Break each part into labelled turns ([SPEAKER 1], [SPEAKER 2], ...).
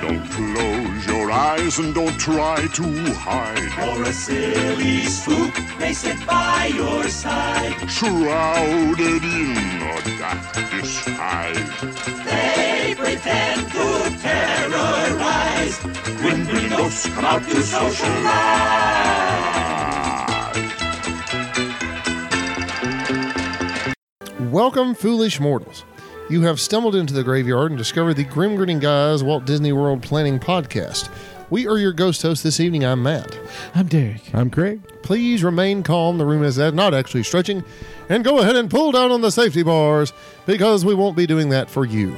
[SPEAKER 1] Don't close your eyes and don't try to hide.
[SPEAKER 2] Or a silly spook may sit by your side.
[SPEAKER 1] Shrouded in a dark disguise.
[SPEAKER 2] They pretend to terrorize. When green ghosts come out to socialize.
[SPEAKER 3] Welcome, foolish mortals. You have stumbled into the graveyard and discovered the Grim Grinning Guys Walt Disney World Planning Podcast. We are your ghost hosts this evening. I'm Matt.
[SPEAKER 4] I'm Derek.
[SPEAKER 5] I'm Craig.
[SPEAKER 3] Please remain calm. The room is uh, not actually stretching. And go ahead and pull down on the safety bars because we won't be doing that for you.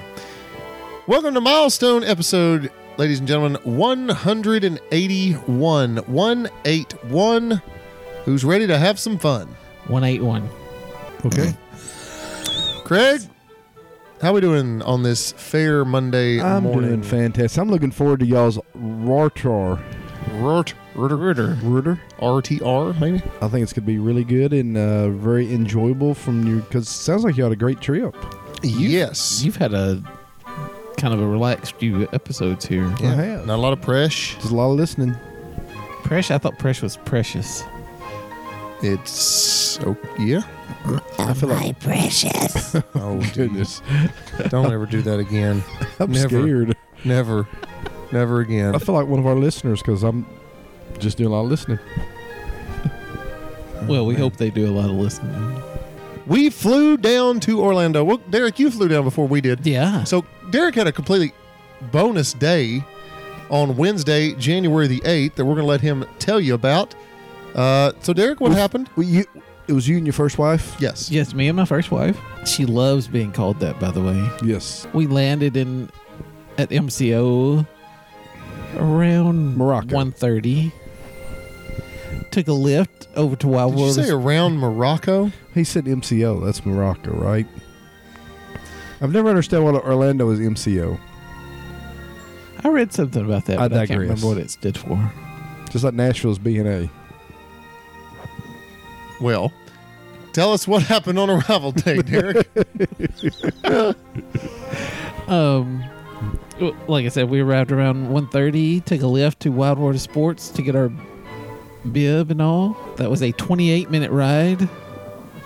[SPEAKER 3] Welcome to milestone episode, ladies and gentlemen 181. 181. Who's ready to have some fun?
[SPEAKER 4] 181.
[SPEAKER 5] Okay.
[SPEAKER 3] Craig, how we doing on this fair Monday
[SPEAKER 5] I'm
[SPEAKER 3] morning?
[SPEAKER 5] doing fantastic. I'm looking forward to y'all's Rortar.
[SPEAKER 3] Rort, Ritter, Ritter.
[SPEAKER 5] Rortar?
[SPEAKER 3] RTR, maybe?
[SPEAKER 5] I think it's going to be really good and uh, very enjoyable from you because it sounds like you had a great trip.
[SPEAKER 3] yes.
[SPEAKER 4] You've had a kind of a relaxed few episodes here.
[SPEAKER 3] Yeah.
[SPEAKER 5] I have.
[SPEAKER 3] Not a lot of press.
[SPEAKER 5] There's a lot of listening.
[SPEAKER 4] Precious. I thought Precious was precious.
[SPEAKER 3] It's, oh, yeah.
[SPEAKER 5] I feel like,
[SPEAKER 3] Oh,
[SPEAKER 5] goodness.
[SPEAKER 3] Don't ever do that again.
[SPEAKER 5] I'm
[SPEAKER 3] Never.
[SPEAKER 5] scared.
[SPEAKER 3] Never. Never again.
[SPEAKER 5] I feel like one of our listeners because I'm just doing a lot of listening.
[SPEAKER 4] Well, we hope they do a lot of listening.
[SPEAKER 3] We flew down to Orlando. Well, Derek, you flew down before we did.
[SPEAKER 4] Yeah.
[SPEAKER 3] So Derek had a completely bonus day on Wednesday, January the 8th, that we're going to let him tell you about. Uh, so, Derek, what happened?
[SPEAKER 5] Well, you, it was you and your first wife?
[SPEAKER 3] Yes.
[SPEAKER 4] yes, me and my first wife. She loves being called that, by the way.
[SPEAKER 5] Yes.
[SPEAKER 4] We landed in at MCO around
[SPEAKER 5] Morocco.
[SPEAKER 4] 1.30. Took a lift over to Wild
[SPEAKER 3] Did you
[SPEAKER 4] World.
[SPEAKER 3] say around Morocco?
[SPEAKER 5] He said MCO. That's Morocco, right? I've never understood why Orlando is MCO.
[SPEAKER 4] I read something about that.
[SPEAKER 5] I
[SPEAKER 4] but I can't
[SPEAKER 5] digress.
[SPEAKER 4] remember what it stood for.
[SPEAKER 5] Just like Nashville's B&A.
[SPEAKER 3] Well, tell us what happened on arrival day, Derek.
[SPEAKER 4] um w- like i said we arrived around 1.30 took a lift to wild water sports to get our bib and all that was a 28 minute ride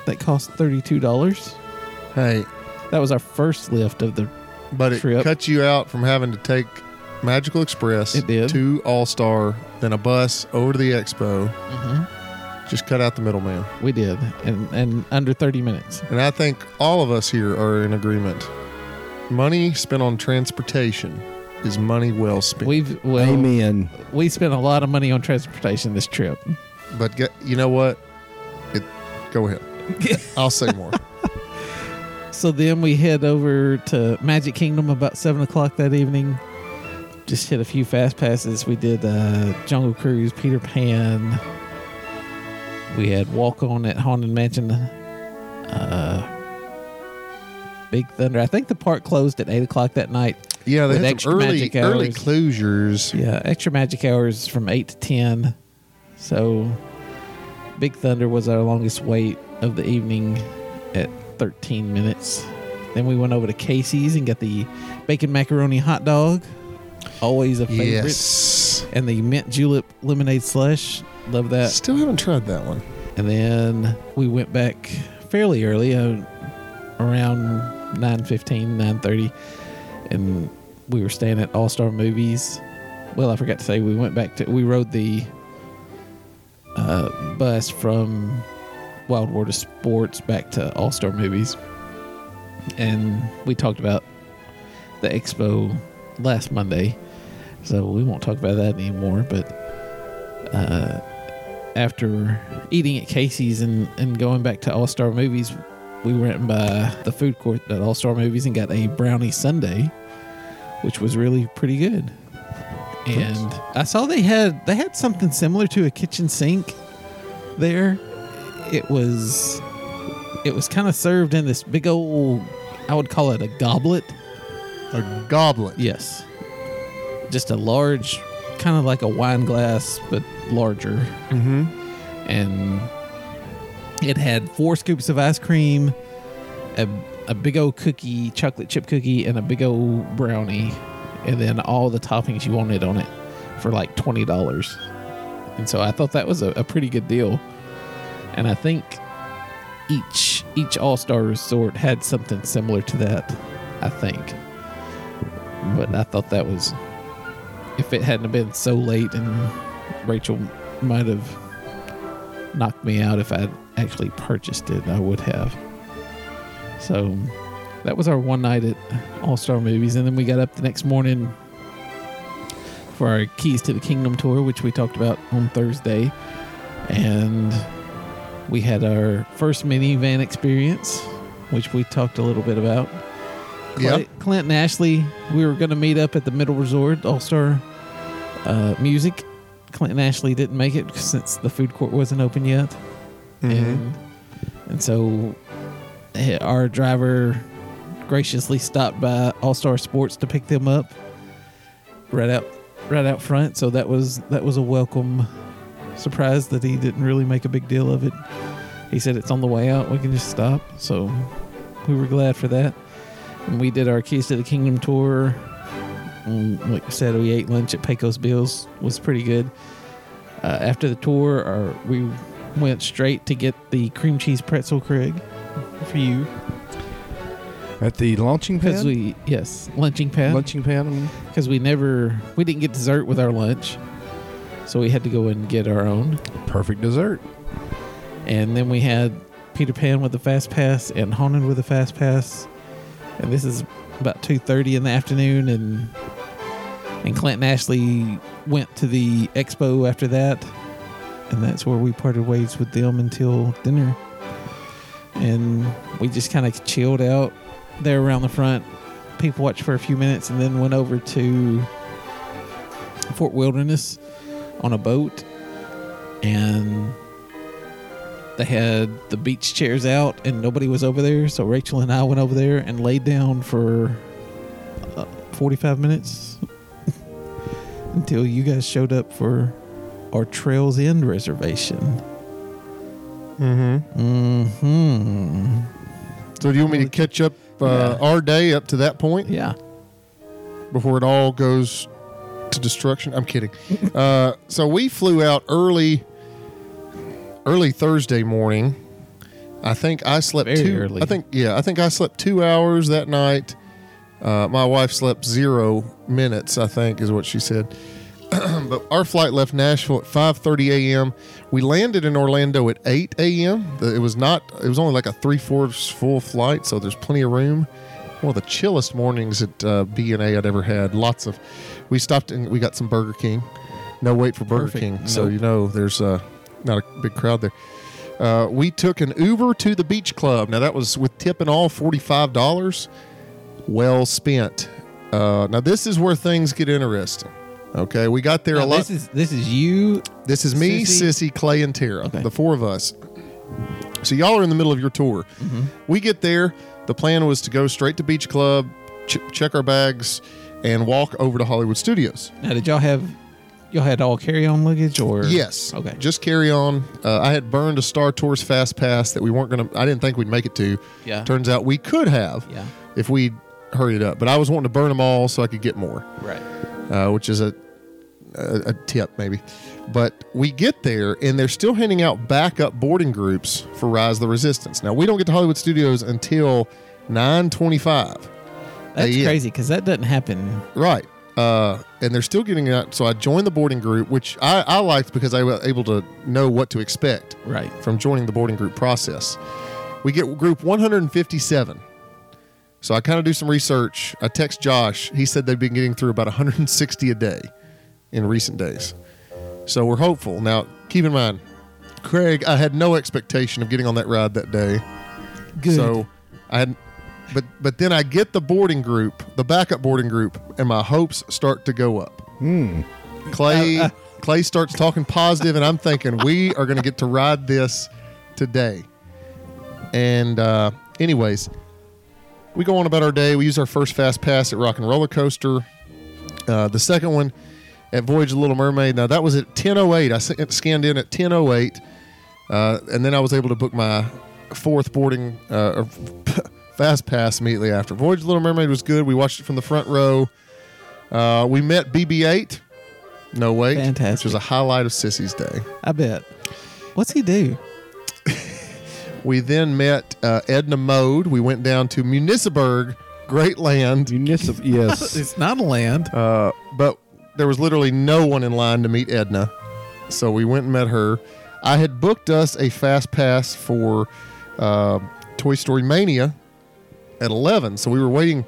[SPEAKER 4] that cost $32
[SPEAKER 3] hey,
[SPEAKER 4] that was our first lift of the
[SPEAKER 3] but it
[SPEAKER 4] Trip.
[SPEAKER 3] cut you out from having to take Magical Express
[SPEAKER 4] It did.
[SPEAKER 3] to All Star, then a bus over to the expo. Just cut out the middleman.
[SPEAKER 4] we did and and under 30 minutes
[SPEAKER 3] And I think all of us here are in agreement. Money spent on transportation is money well spent.
[SPEAKER 4] we've well
[SPEAKER 5] Amen.
[SPEAKER 4] we spent a lot of money on transportation this trip
[SPEAKER 3] but get, you know what? It, go ahead. I'll say more.
[SPEAKER 4] so then we head over to magic kingdom about seven o'clock that evening just hit a few fast passes we did uh, jungle cruise peter pan we had walk on at haunted mansion uh, big thunder i think the park closed at eight o'clock that night
[SPEAKER 3] Yeah, they
[SPEAKER 4] With
[SPEAKER 3] had
[SPEAKER 4] extra
[SPEAKER 3] some early
[SPEAKER 4] magic
[SPEAKER 3] early
[SPEAKER 4] hours.
[SPEAKER 3] closures.
[SPEAKER 4] yeah extra magic hours from eight to ten so big thunder was our longest wait of the evening at 13 minutes then we went over to casey's and got the bacon macaroni hot dog always a favorite
[SPEAKER 3] Yes.
[SPEAKER 4] and the mint julep lemonade slush. Love that.
[SPEAKER 3] Still haven't tried that one.
[SPEAKER 4] And then we went back fairly early, uh, around 9.15, 9.30, and we were staying at All Star Movies. Well, I forgot to say we went back to we rode the uh, bus from Wild Water Sports back to All Star Movies, and we talked about the expo last Monday, so we won't talk about that anymore. But uh, after eating at Casey's and, and going back to All Star Movies, we went by the food court at All Star Movies and got a brownie sundae, which was really pretty good. And I saw they had they had something similar to a kitchen sink there. It was it was kind of served in this big old I would call it a goblet.
[SPEAKER 3] A goblet.
[SPEAKER 4] Yes. Just a large kind of like a wine glass but larger
[SPEAKER 3] Mm-hmm.
[SPEAKER 4] and it had four scoops of ice cream, a, a big old cookie, chocolate chip cookie, and a big old brownie, and then all the toppings you wanted on it for like twenty dollars. And so I thought that was a, a pretty good deal. And I think each each All Star Resort had something similar to that. I think. But I thought that was if it hadn't been so late and Rachel might have knocked me out if I'd actually purchased it, I would have. So that was our one night at All Star Movies, and then we got up the next morning for our Keys to the Kingdom tour, which we talked about on Thursday, and we had our first minivan experience, which we talked a little bit about.
[SPEAKER 3] Yeah.
[SPEAKER 4] Clint, Clint and Ashley, we were going to meet up at the Middle Resort All Star uh, Music. Clint and Ashley didn't make it since the food court wasn't open yet,
[SPEAKER 3] Mm-hmm.
[SPEAKER 4] and and so eh, our driver graciously stopped by All Star Sports to pick them up right out right out front. So that was that was a welcome surprise that he didn't really make a big deal of it. He said it's on the way out. We can just stop. So we were glad for that. And we did our Keys to the Kingdom tour. And like I said, we ate lunch at Pecos Bills. Was pretty good. Uh, after the tour, our, we went straight to get the cream cheese pretzel Craig for you
[SPEAKER 5] At the launching
[SPEAKER 4] because
[SPEAKER 5] pad?
[SPEAKER 4] we yes lunching pad
[SPEAKER 5] Launching pad? I mean.
[SPEAKER 4] because we never we didn't get dessert with our lunch so we had to go and get our own
[SPEAKER 5] Perfect dessert.
[SPEAKER 4] and then we had peter pan with the fast pass and haunted with the fast pass and this is about 2.30 in the afternoon and and clint and ashley went to the expo after that and that's where we parted ways with them until dinner and we just kind of chilled out there around the front people watched for a few minutes and then went over to fort wilderness on a boat and they had the beach chairs out and nobody was over there so rachel and i went over there and laid down for uh, 45 minutes until you guys showed up for our trails end reservation
[SPEAKER 3] Mm-hmm.
[SPEAKER 4] hmm
[SPEAKER 3] So do you want me to catch up uh, our day up to that point
[SPEAKER 4] yeah
[SPEAKER 3] before it all goes to destruction? I'm kidding. uh, so we flew out early, early Thursday morning. I think I slept
[SPEAKER 4] Very
[SPEAKER 3] two.
[SPEAKER 4] early.
[SPEAKER 3] I think yeah. I think I slept two hours that night. Uh, my wife slept zero minutes. I think is what she said. but our flight left Nashville at 5:30 a.m. We landed in Orlando at 8 a.m. The- It was not. It was only like a three-fourths full flight, so there's plenty of room. One of the chillest mornings at uh, B&A I'd ever had. Lots of. We stopped and we got some Burger King. No wait for Burger
[SPEAKER 4] Perfect.
[SPEAKER 3] King, so
[SPEAKER 4] Nope.
[SPEAKER 3] you know there's uh, not a big crowd there. Uh, we took an Uber to the beach club. Now that was with tip and all forty-five dollars. Well spent. Uh, now this is where things get interesting. Okay, we got there a
[SPEAKER 4] Now,
[SPEAKER 3] lot.
[SPEAKER 4] this is this is you
[SPEAKER 3] This is me,
[SPEAKER 4] Sissy?
[SPEAKER 3] Sissy, Clay, and Tara,
[SPEAKER 4] Okay.
[SPEAKER 3] the four of us. So y'all are in the middle of your tour.
[SPEAKER 4] Mm-hmm.
[SPEAKER 3] We get there. The plan was to go straight to Beach Club, ch- check our bags, and walk over to Hollywood Studios.
[SPEAKER 4] now did y'all have y'all had all carry-on luggage or
[SPEAKER 3] Yes.
[SPEAKER 4] okay
[SPEAKER 3] Just carry on. Uh, I had burned a Star Tours fast pass that we weren't gonna. I didn't think we'd make it to.
[SPEAKER 4] Yeah.
[SPEAKER 3] Turns out we could have.
[SPEAKER 4] Yeah.
[SPEAKER 3] If we hurried up, but I was wanting to burn them all so I could get more.
[SPEAKER 4] right
[SPEAKER 3] uh, which is a, a a tip maybe. But we get there and they're still handing out backup boarding groups for Rise of the Resistance. Now we don't get to Hollywood Studios until nine twenty-five.
[SPEAKER 4] that's
[SPEAKER 3] Yeah.
[SPEAKER 4] crazy because that doesn't happen
[SPEAKER 3] Right. Uh, and they're still getting out. So I joined the boarding group, which I, I liked because I was able to know what to expect
[SPEAKER 4] right
[SPEAKER 3] from joining the boarding group process. We get group 157. So I kind of do some research. I text Josh. He said they've been getting through about 160 a day in recent days. So we're hopeful. Now, keep in mind, Craig, I had no expectation of getting on that ride that day.
[SPEAKER 4] good
[SPEAKER 3] So I had but but then I get the boarding group, the backup boarding group, and my hopes start to go up. Clay Clay starts talking positive, and I'm thinking we are going to get to ride this today. And uh, anyways, we go on about our day. We use our first fast pass at Rock and Roller Coaster. Uh, the second one at Voyage of the Little Mermaid. Now that was at 10:08. I s- scanned in at 10:08, uh, and then I was able to book my fourth boarding uh, or fast pass immediately after. Voyage of the Little Mermaid was good. We watched it from the front row. Uh, we met BB-8. No wait,
[SPEAKER 4] Fantastic.
[SPEAKER 3] which was a highlight of Sissy's day.
[SPEAKER 4] I bet. What's he do?
[SPEAKER 3] We then met uh, Edna Mode. We went down to Municiburg, Great Land,
[SPEAKER 5] Municipal. Yes.
[SPEAKER 4] It's not a land.
[SPEAKER 3] uh, but there was literally no one in line to meet Edna, so we went and met her. I had booked us a fast pass for uh, Toy Story Mania at eleven, so we were waiting.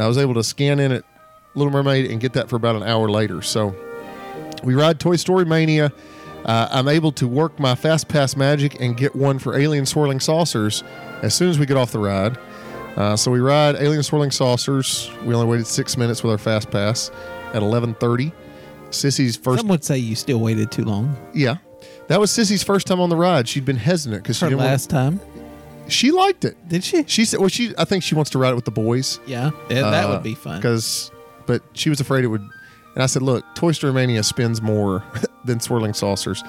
[SPEAKER 3] I was able to scan in at Little Mermaid and get that for about an hour later. So we ride Toy Story Mania. Uh, I'm able to work my fast pass magic and get one for Alien Swirling Saucers as soon as we get off the ride. Uh, so we ride Alien Swirling Saucers. We only waited six minutes with our fast pass at 11:30. Sissy's first,
[SPEAKER 4] Some would say you still waited too long.
[SPEAKER 3] yeah, that was Sissy's first time on the ride. She'd been hesitant because she
[SPEAKER 4] Her
[SPEAKER 3] didn't. want-
[SPEAKER 4] last time.
[SPEAKER 3] she liked it.
[SPEAKER 4] Did she?
[SPEAKER 3] She Uh, said, "Well, she. I think she wants to ride it with the boys."
[SPEAKER 4] Yeah. yeah that would be fun.
[SPEAKER 3] Because, but she was afraid it would. And I said, look, Toy Story Mania spins more than Swirling Saucers.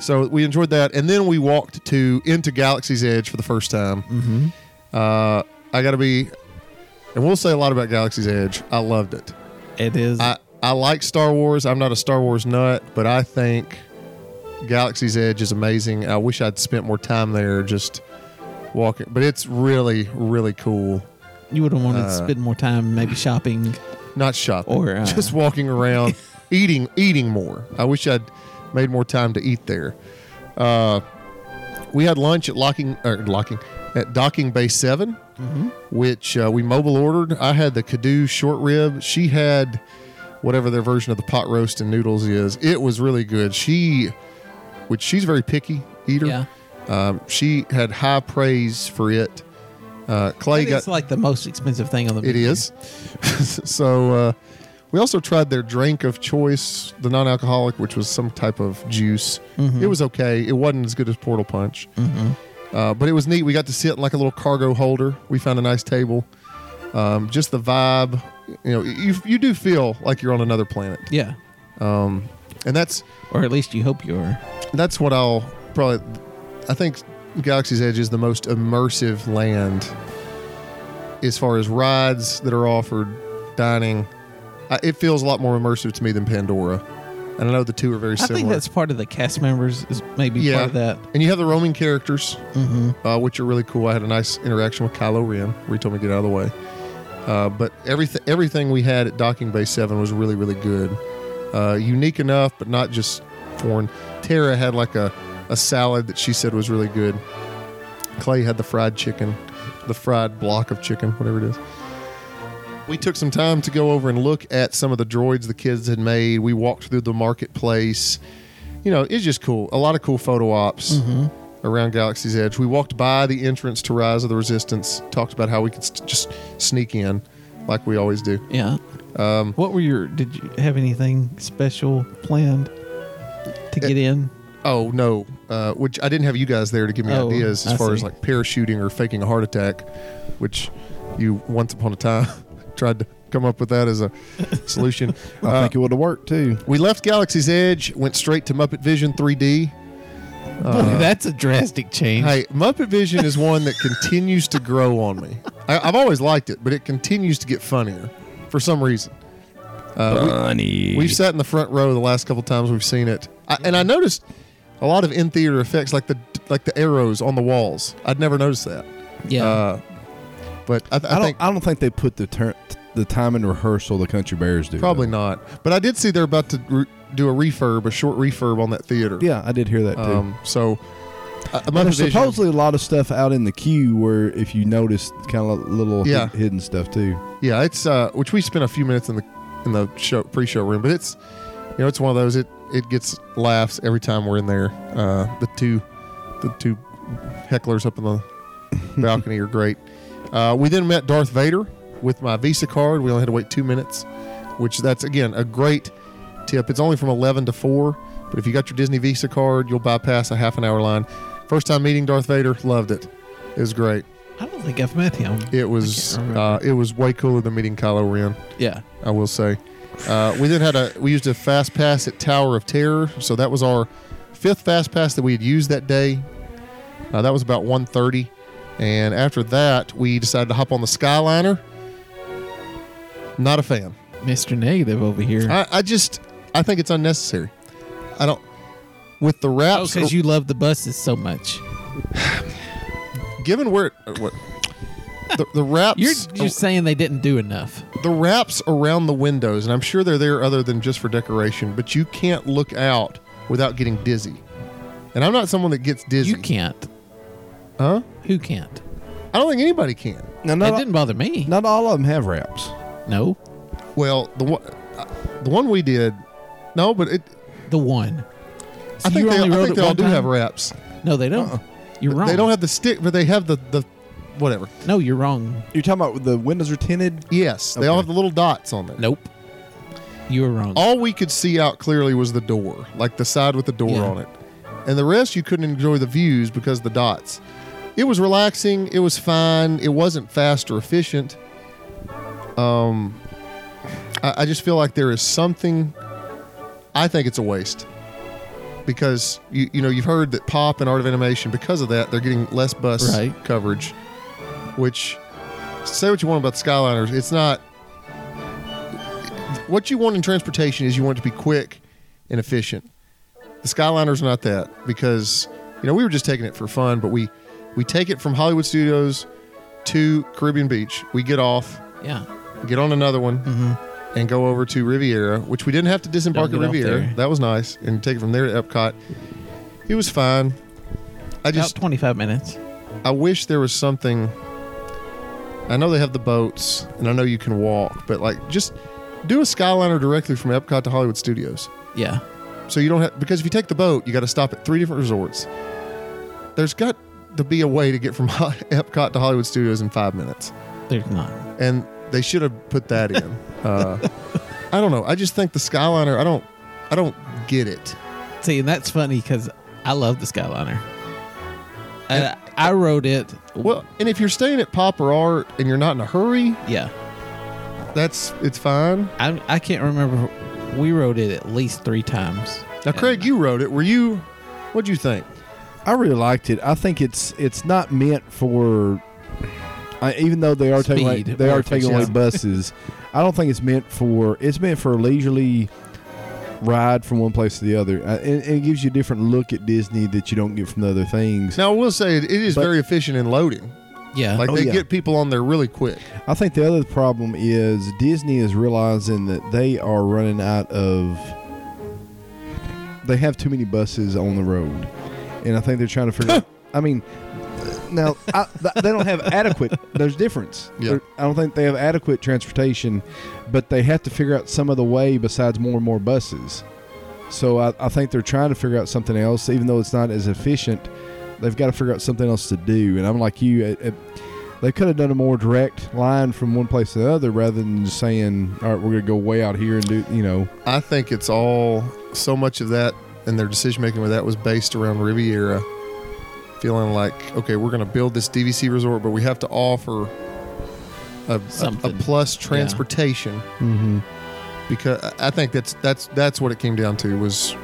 [SPEAKER 3] So we enjoyed that, and then we walked to into Galaxy's Edge for the first time. Mm-hmm. Uh, I got to be, and we'll say a lot about Galaxy's Edge. I loved it.
[SPEAKER 4] It is.
[SPEAKER 3] I I like Star Wars. I'm not a Star Wars nut, but I think Galaxy's Edge is amazing. I wish I'd spent more time there, just walking. But it's really, really cool.
[SPEAKER 4] you would have wanted
[SPEAKER 3] uh,
[SPEAKER 4] to spend more time maybe shopping.
[SPEAKER 3] not shopping
[SPEAKER 4] Or, uh,
[SPEAKER 3] just walking around eating eating more i wish i'd made more time to eat there uh, we had lunch at locking or locking at docking bay 7
[SPEAKER 4] Mm-hmm.
[SPEAKER 3] which uh, we mobile ordered i had the kadoo short rib she had whatever their version of the pot roast and noodles is it was really good she which she's a very picky eater
[SPEAKER 4] Yeah.
[SPEAKER 3] um, she had high praise for it uh, clay got
[SPEAKER 4] It's like the most expensive thing on the.
[SPEAKER 3] it
[SPEAKER 4] menu.
[SPEAKER 3] is. so uh, we also tried their drink of choice, the non-alcoholic, which was some type of juice. It was okay. It wasn't as good as Portal Punch, uh, but it was neat. We got to sit in like a little cargo holder. We found a nice table. Um, just the vibe, you know, you, you do feel like you're on another planet,
[SPEAKER 4] Yeah.
[SPEAKER 3] and that's
[SPEAKER 4] Or at least you hope you are.
[SPEAKER 3] that's what I'll probably. I think Galaxy's Edge is the most immersive land as far as rides that are offered, dining. I, it feels a lot more immersive to me than Pandora, and I know the two are very
[SPEAKER 4] I
[SPEAKER 3] similar.
[SPEAKER 4] think that's part of the cast members is maybe
[SPEAKER 3] yeah,
[SPEAKER 4] part of that. Mm-hmm.
[SPEAKER 3] and you have the roaming characters, uh, which are really cool. I had a nice interaction with Kylo Ren, where he told me to get out of the way. Uh, but everything everything we had at Docking Bay Seven was really really good, uh, unique enough, but not just foreign. Tara had like a a salad that she said was really good. Clay had the fried chicken, the fried block of chicken, whatever it is. We took some time to go over and look at some of the droids the kids had made. We walked through the marketplace. You know, it's just cool. A lot of cool photo ops
[SPEAKER 5] Mm-hmm.
[SPEAKER 3] around Galaxy's Edge. We walked by the entrance to Rise of the Resistance, talked about how we could st- just sneak in like we always do.
[SPEAKER 4] Yeah. Um, what were your? Did you have anything special planned to
[SPEAKER 3] Eh,
[SPEAKER 4] get in?
[SPEAKER 3] Oh, no. Uh, which I didn't have you guys there to give me
[SPEAKER 4] Oh,
[SPEAKER 3] ideas as
[SPEAKER 4] I
[SPEAKER 3] far as
[SPEAKER 4] see.
[SPEAKER 3] like parachuting or faking a heart attack, which you once upon a time tried to come up with that as a solution.
[SPEAKER 5] I
[SPEAKER 3] Uh,
[SPEAKER 5] think it would have worked too.
[SPEAKER 3] We left Galaxy's Edge, went straight to Muppet Vision 3D. uh,
[SPEAKER 4] That's a drastic change.
[SPEAKER 3] Hey, Muppet Vision is one that continues to grow on me. I, I've always liked it, but it continues to get funnier for some reason.
[SPEAKER 5] Funny.
[SPEAKER 3] We've sat in the front row the last couple times we've seen it, I, and I noticed a lot of in theater effects, like the like the arrows on the walls. I'd never noticed that,
[SPEAKER 4] yeah.
[SPEAKER 3] uh, but I, th- I
[SPEAKER 5] I,
[SPEAKER 3] think
[SPEAKER 5] don't. I don't think they put the turn, the time in rehearsal the Country Bears do.
[SPEAKER 3] probably
[SPEAKER 5] though.
[SPEAKER 3] not. But I did see they're about to re- do a refurb, a short refurb on that theater.
[SPEAKER 5] Yeah, I did hear that too.
[SPEAKER 3] Um, so, uh,
[SPEAKER 5] But
[SPEAKER 3] Muppet
[SPEAKER 5] there's
[SPEAKER 3] Vision.
[SPEAKER 5] supposedly a lot of stuff out in the queue where, if you notice, kind of little hid-
[SPEAKER 3] Yeah.
[SPEAKER 5] hidden stuff too.
[SPEAKER 3] Yeah, it's uh, which we spent a few minutes in the in the show pre-show room, but it's you know it's one of those it it gets laughs every time we're in there. Uh, the two the two hecklers up in the balcony are great. Uh, we then met Darth Vader with my Visa card. We only had to wait two minutes, which that's again a great tip. It's only from eleven to four, but if you got your Disney Visa card, you'll bypass a half an hour line. First time meeting Darth Vader, loved it. It was great.
[SPEAKER 4] I don't think I've met him.
[SPEAKER 3] It was
[SPEAKER 4] I can't remember.
[SPEAKER 3] uh, it was way cooler than meeting Kylo Ren.
[SPEAKER 4] Yeah.
[SPEAKER 3] I will say. Uh, we then had a we used a fast pass at Tower of Terror, so that was our fifth fast pass that we had used that day. Uh, that was about 1.30. and after that we decided to hop on the Skyliner. Not a fan.
[SPEAKER 4] Mr. Negative over here.
[SPEAKER 3] I, I just I think it's unnecessary. I don't with the raps
[SPEAKER 4] because Oh, you love the buses so much.
[SPEAKER 3] given where it- what the, the wraps
[SPEAKER 4] You're you're saying they didn't do enough.
[SPEAKER 3] the wraps around the windows and I'm sure they're there other than just for decoration, but you can't look out without getting dizzy. And I'm not someone that gets dizzy.
[SPEAKER 4] You can't.
[SPEAKER 3] Huh?
[SPEAKER 4] Who can't?
[SPEAKER 3] I don't think anybody can.
[SPEAKER 5] No,
[SPEAKER 4] That
[SPEAKER 5] not,
[SPEAKER 4] didn't bother me.
[SPEAKER 5] not all of them have wraps.
[SPEAKER 4] No,
[SPEAKER 3] Well, the one uh, the one we did no, but it
[SPEAKER 4] the one. So
[SPEAKER 3] I think
[SPEAKER 4] you
[SPEAKER 3] they,
[SPEAKER 4] only
[SPEAKER 3] I
[SPEAKER 4] rode
[SPEAKER 3] think
[SPEAKER 4] it
[SPEAKER 3] they all
[SPEAKER 4] one
[SPEAKER 3] do
[SPEAKER 4] time?
[SPEAKER 3] have wraps.
[SPEAKER 4] No, they don't. You're wrong.
[SPEAKER 3] They don't have the stick, but they have the the whatever.
[SPEAKER 4] No, you're wrong.
[SPEAKER 5] You're talking about the windows are tinted.
[SPEAKER 3] Yes, they all
[SPEAKER 5] Okay.
[SPEAKER 3] have the little dots on them.
[SPEAKER 4] Nope. You were wrong.
[SPEAKER 3] all we could see out clearly was the door, like the side with the door
[SPEAKER 4] Yeah.
[SPEAKER 3] on it. And the rest you couldn't enjoy the views because of the dots. It was relaxing, it was fine, it wasn't fast or efficient. Um I, I just feel like there is something I think it's a waste. Because you you know, you've heard that pop and art of animation, because of that, they're getting less bus
[SPEAKER 4] Right.
[SPEAKER 3] coverage. Which say what you want about the Skyliners, it's not what you want in transportation is you want it to be quick and efficient. The Skyliner's not that because you know we were just taking it for fun, but we we take it from Hollywood Studios to Caribbean Beach. We get off,
[SPEAKER 4] yeah.
[SPEAKER 3] get on another one, and go over to Riviera, which we didn't have to disembark at
[SPEAKER 4] Don't Mm-hmm. get off
[SPEAKER 3] Riviera.
[SPEAKER 4] there.
[SPEAKER 3] That was nice, and take it from there to Epcot. It was fine. I
[SPEAKER 4] About
[SPEAKER 3] just
[SPEAKER 4] 25 minutes.
[SPEAKER 3] I wish there was something. I know they have the boats, and I know you can walk, but like just do a Skyliner directly from Epcot to Hollywood Studios.
[SPEAKER 4] Yeah.
[SPEAKER 3] So you don't have because if you take the boat, you got to stop at three different resorts. There's got to be a way to get from Epcot to Hollywood Studios in five minutes,
[SPEAKER 4] There's not.
[SPEAKER 3] and they should have put that in. uh, I don't know. I just think the Skyliner. I don't. I don't get it.
[SPEAKER 4] See, and that's funny because I love the Skyliner. And I, I rode it.
[SPEAKER 3] Well, and if you're staying at Pop or Art and you're not in a hurry,
[SPEAKER 4] Yeah.
[SPEAKER 3] that's it's fine.
[SPEAKER 4] I, I can't remember. We rode it at least three times.
[SPEAKER 3] Now, Craig, you wrote it. Were you? What'd you think?
[SPEAKER 5] I really liked it. I think it's it's not meant for. I, even though they are taking away,
[SPEAKER 4] Speed
[SPEAKER 5] they are
[SPEAKER 4] or
[SPEAKER 5] taking away
[SPEAKER 4] efficiency.
[SPEAKER 5] buses, I don't think it's meant for. It's meant for a leisurely ride from one place to the other, uh, and, and it gives you a different look at Disney that you don't get from the other things.
[SPEAKER 3] Now, I will say it, it is
[SPEAKER 5] But-
[SPEAKER 3] very efficient in loading.
[SPEAKER 4] Yeah.
[SPEAKER 3] Like
[SPEAKER 5] Oh,
[SPEAKER 3] they
[SPEAKER 5] yeah.
[SPEAKER 3] get people on there really quick.
[SPEAKER 5] I think the other problem is Disney is realizing that they are running out of. They have too many buses on the road, and I think they're trying to figure. out... I mean, now I, th- they don't have adequate. There's difference.
[SPEAKER 3] Yeah.
[SPEAKER 5] There- I don't think they have adequate transportation, but they have to figure out some other way besides more and more buses. So I, I think they're trying to figure out something else, even though it's not as efficient. They've got to figure out something else to do, and I'm like you. It, it, they could have done a more direct line from one place to the other rather than just saying, "All right, we're gonna go way out here and do," you know.
[SPEAKER 3] I think it's all so much of that and their decision making with that was based around Riviera feeling like, okay, we're going to build this DVC resort, but we have to offer a, a- a,
[SPEAKER 4] Something.
[SPEAKER 3] plus transportation because I- I think that's that's that's what it came down to was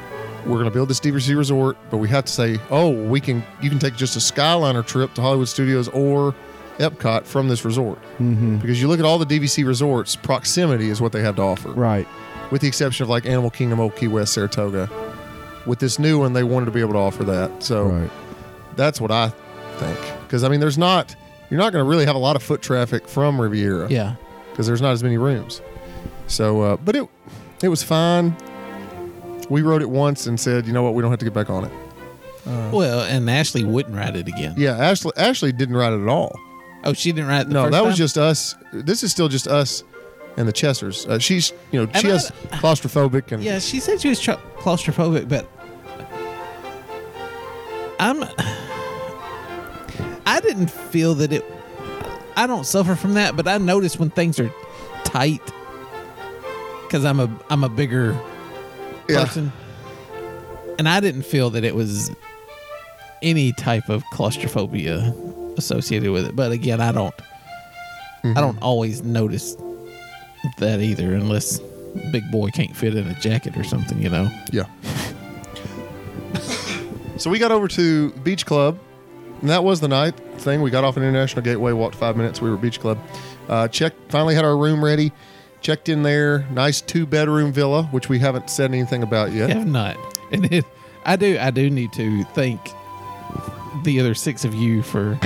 [SPEAKER 3] we're going to build this DVC resort, but we have to say, oh, we can you can take just a Skyliner trip to Hollywood Studios or Epcot from this resort
[SPEAKER 5] Mm-hmm.
[SPEAKER 3] because you look at all the DVC resorts, proximity is what they have to offer
[SPEAKER 5] Right.
[SPEAKER 3] with the exception of like Animal Kingdom, Old Key West, Saratoga. With this new one, they wanted to be able to offer that, so
[SPEAKER 5] Right.
[SPEAKER 3] that's what I think. Because I mean, there's not you're not going to really have a lot of foot traffic from Riviera,
[SPEAKER 4] Yeah.
[SPEAKER 3] because there's not as many rooms. So, uh, but it it was fine. We rode it once and said, you know what, we don't have to get back on it.
[SPEAKER 4] Well, and Ashley wouldn't ride it again.
[SPEAKER 3] Yeah, Ashley Ashley didn't ride it at all.
[SPEAKER 4] Oh, she didn't ride it the
[SPEAKER 3] no,
[SPEAKER 4] first
[SPEAKER 3] that was
[SPEAKER 4] time?
[SPEAKER 3] just us. This is still just us and the Chesters. Uh, she's you know
[SPEAKER 4] And
[SPEAKER 3] she
[SPEAKER 4] I-
[SPEAKER 3] has claustrophobic and
[SPEAKER 4] Yeah, she said she was tra- claustrophobic, but I'm. I didn't feel that it. I don't suffer from that, but I notice when things are tight because I'm a I'm a bigger
[SPEAKER 3] Yeah.
[SPEAKER 4] person, and I didn't feel that it was any type of claustrophobia associated with it. But again, I don't.
[SPEAKER 3] Mm-hmm.
[SPEAKER 4] I don't always notice that either, unless big boy can't fit in a jacket or something, you know.
[SPEAKER 3] Yeah. so we got over to Beach Club, and that was the night thing. We got off an International Gateway, walked five minutes. We were at Beach Club. Uh, checked, finally had our room ready. Checked in there. Nice two bedroom villa, which we haven't said anything about yet.
[SPEAKER 4] have not. And it, I do I do need to thank the other six of you for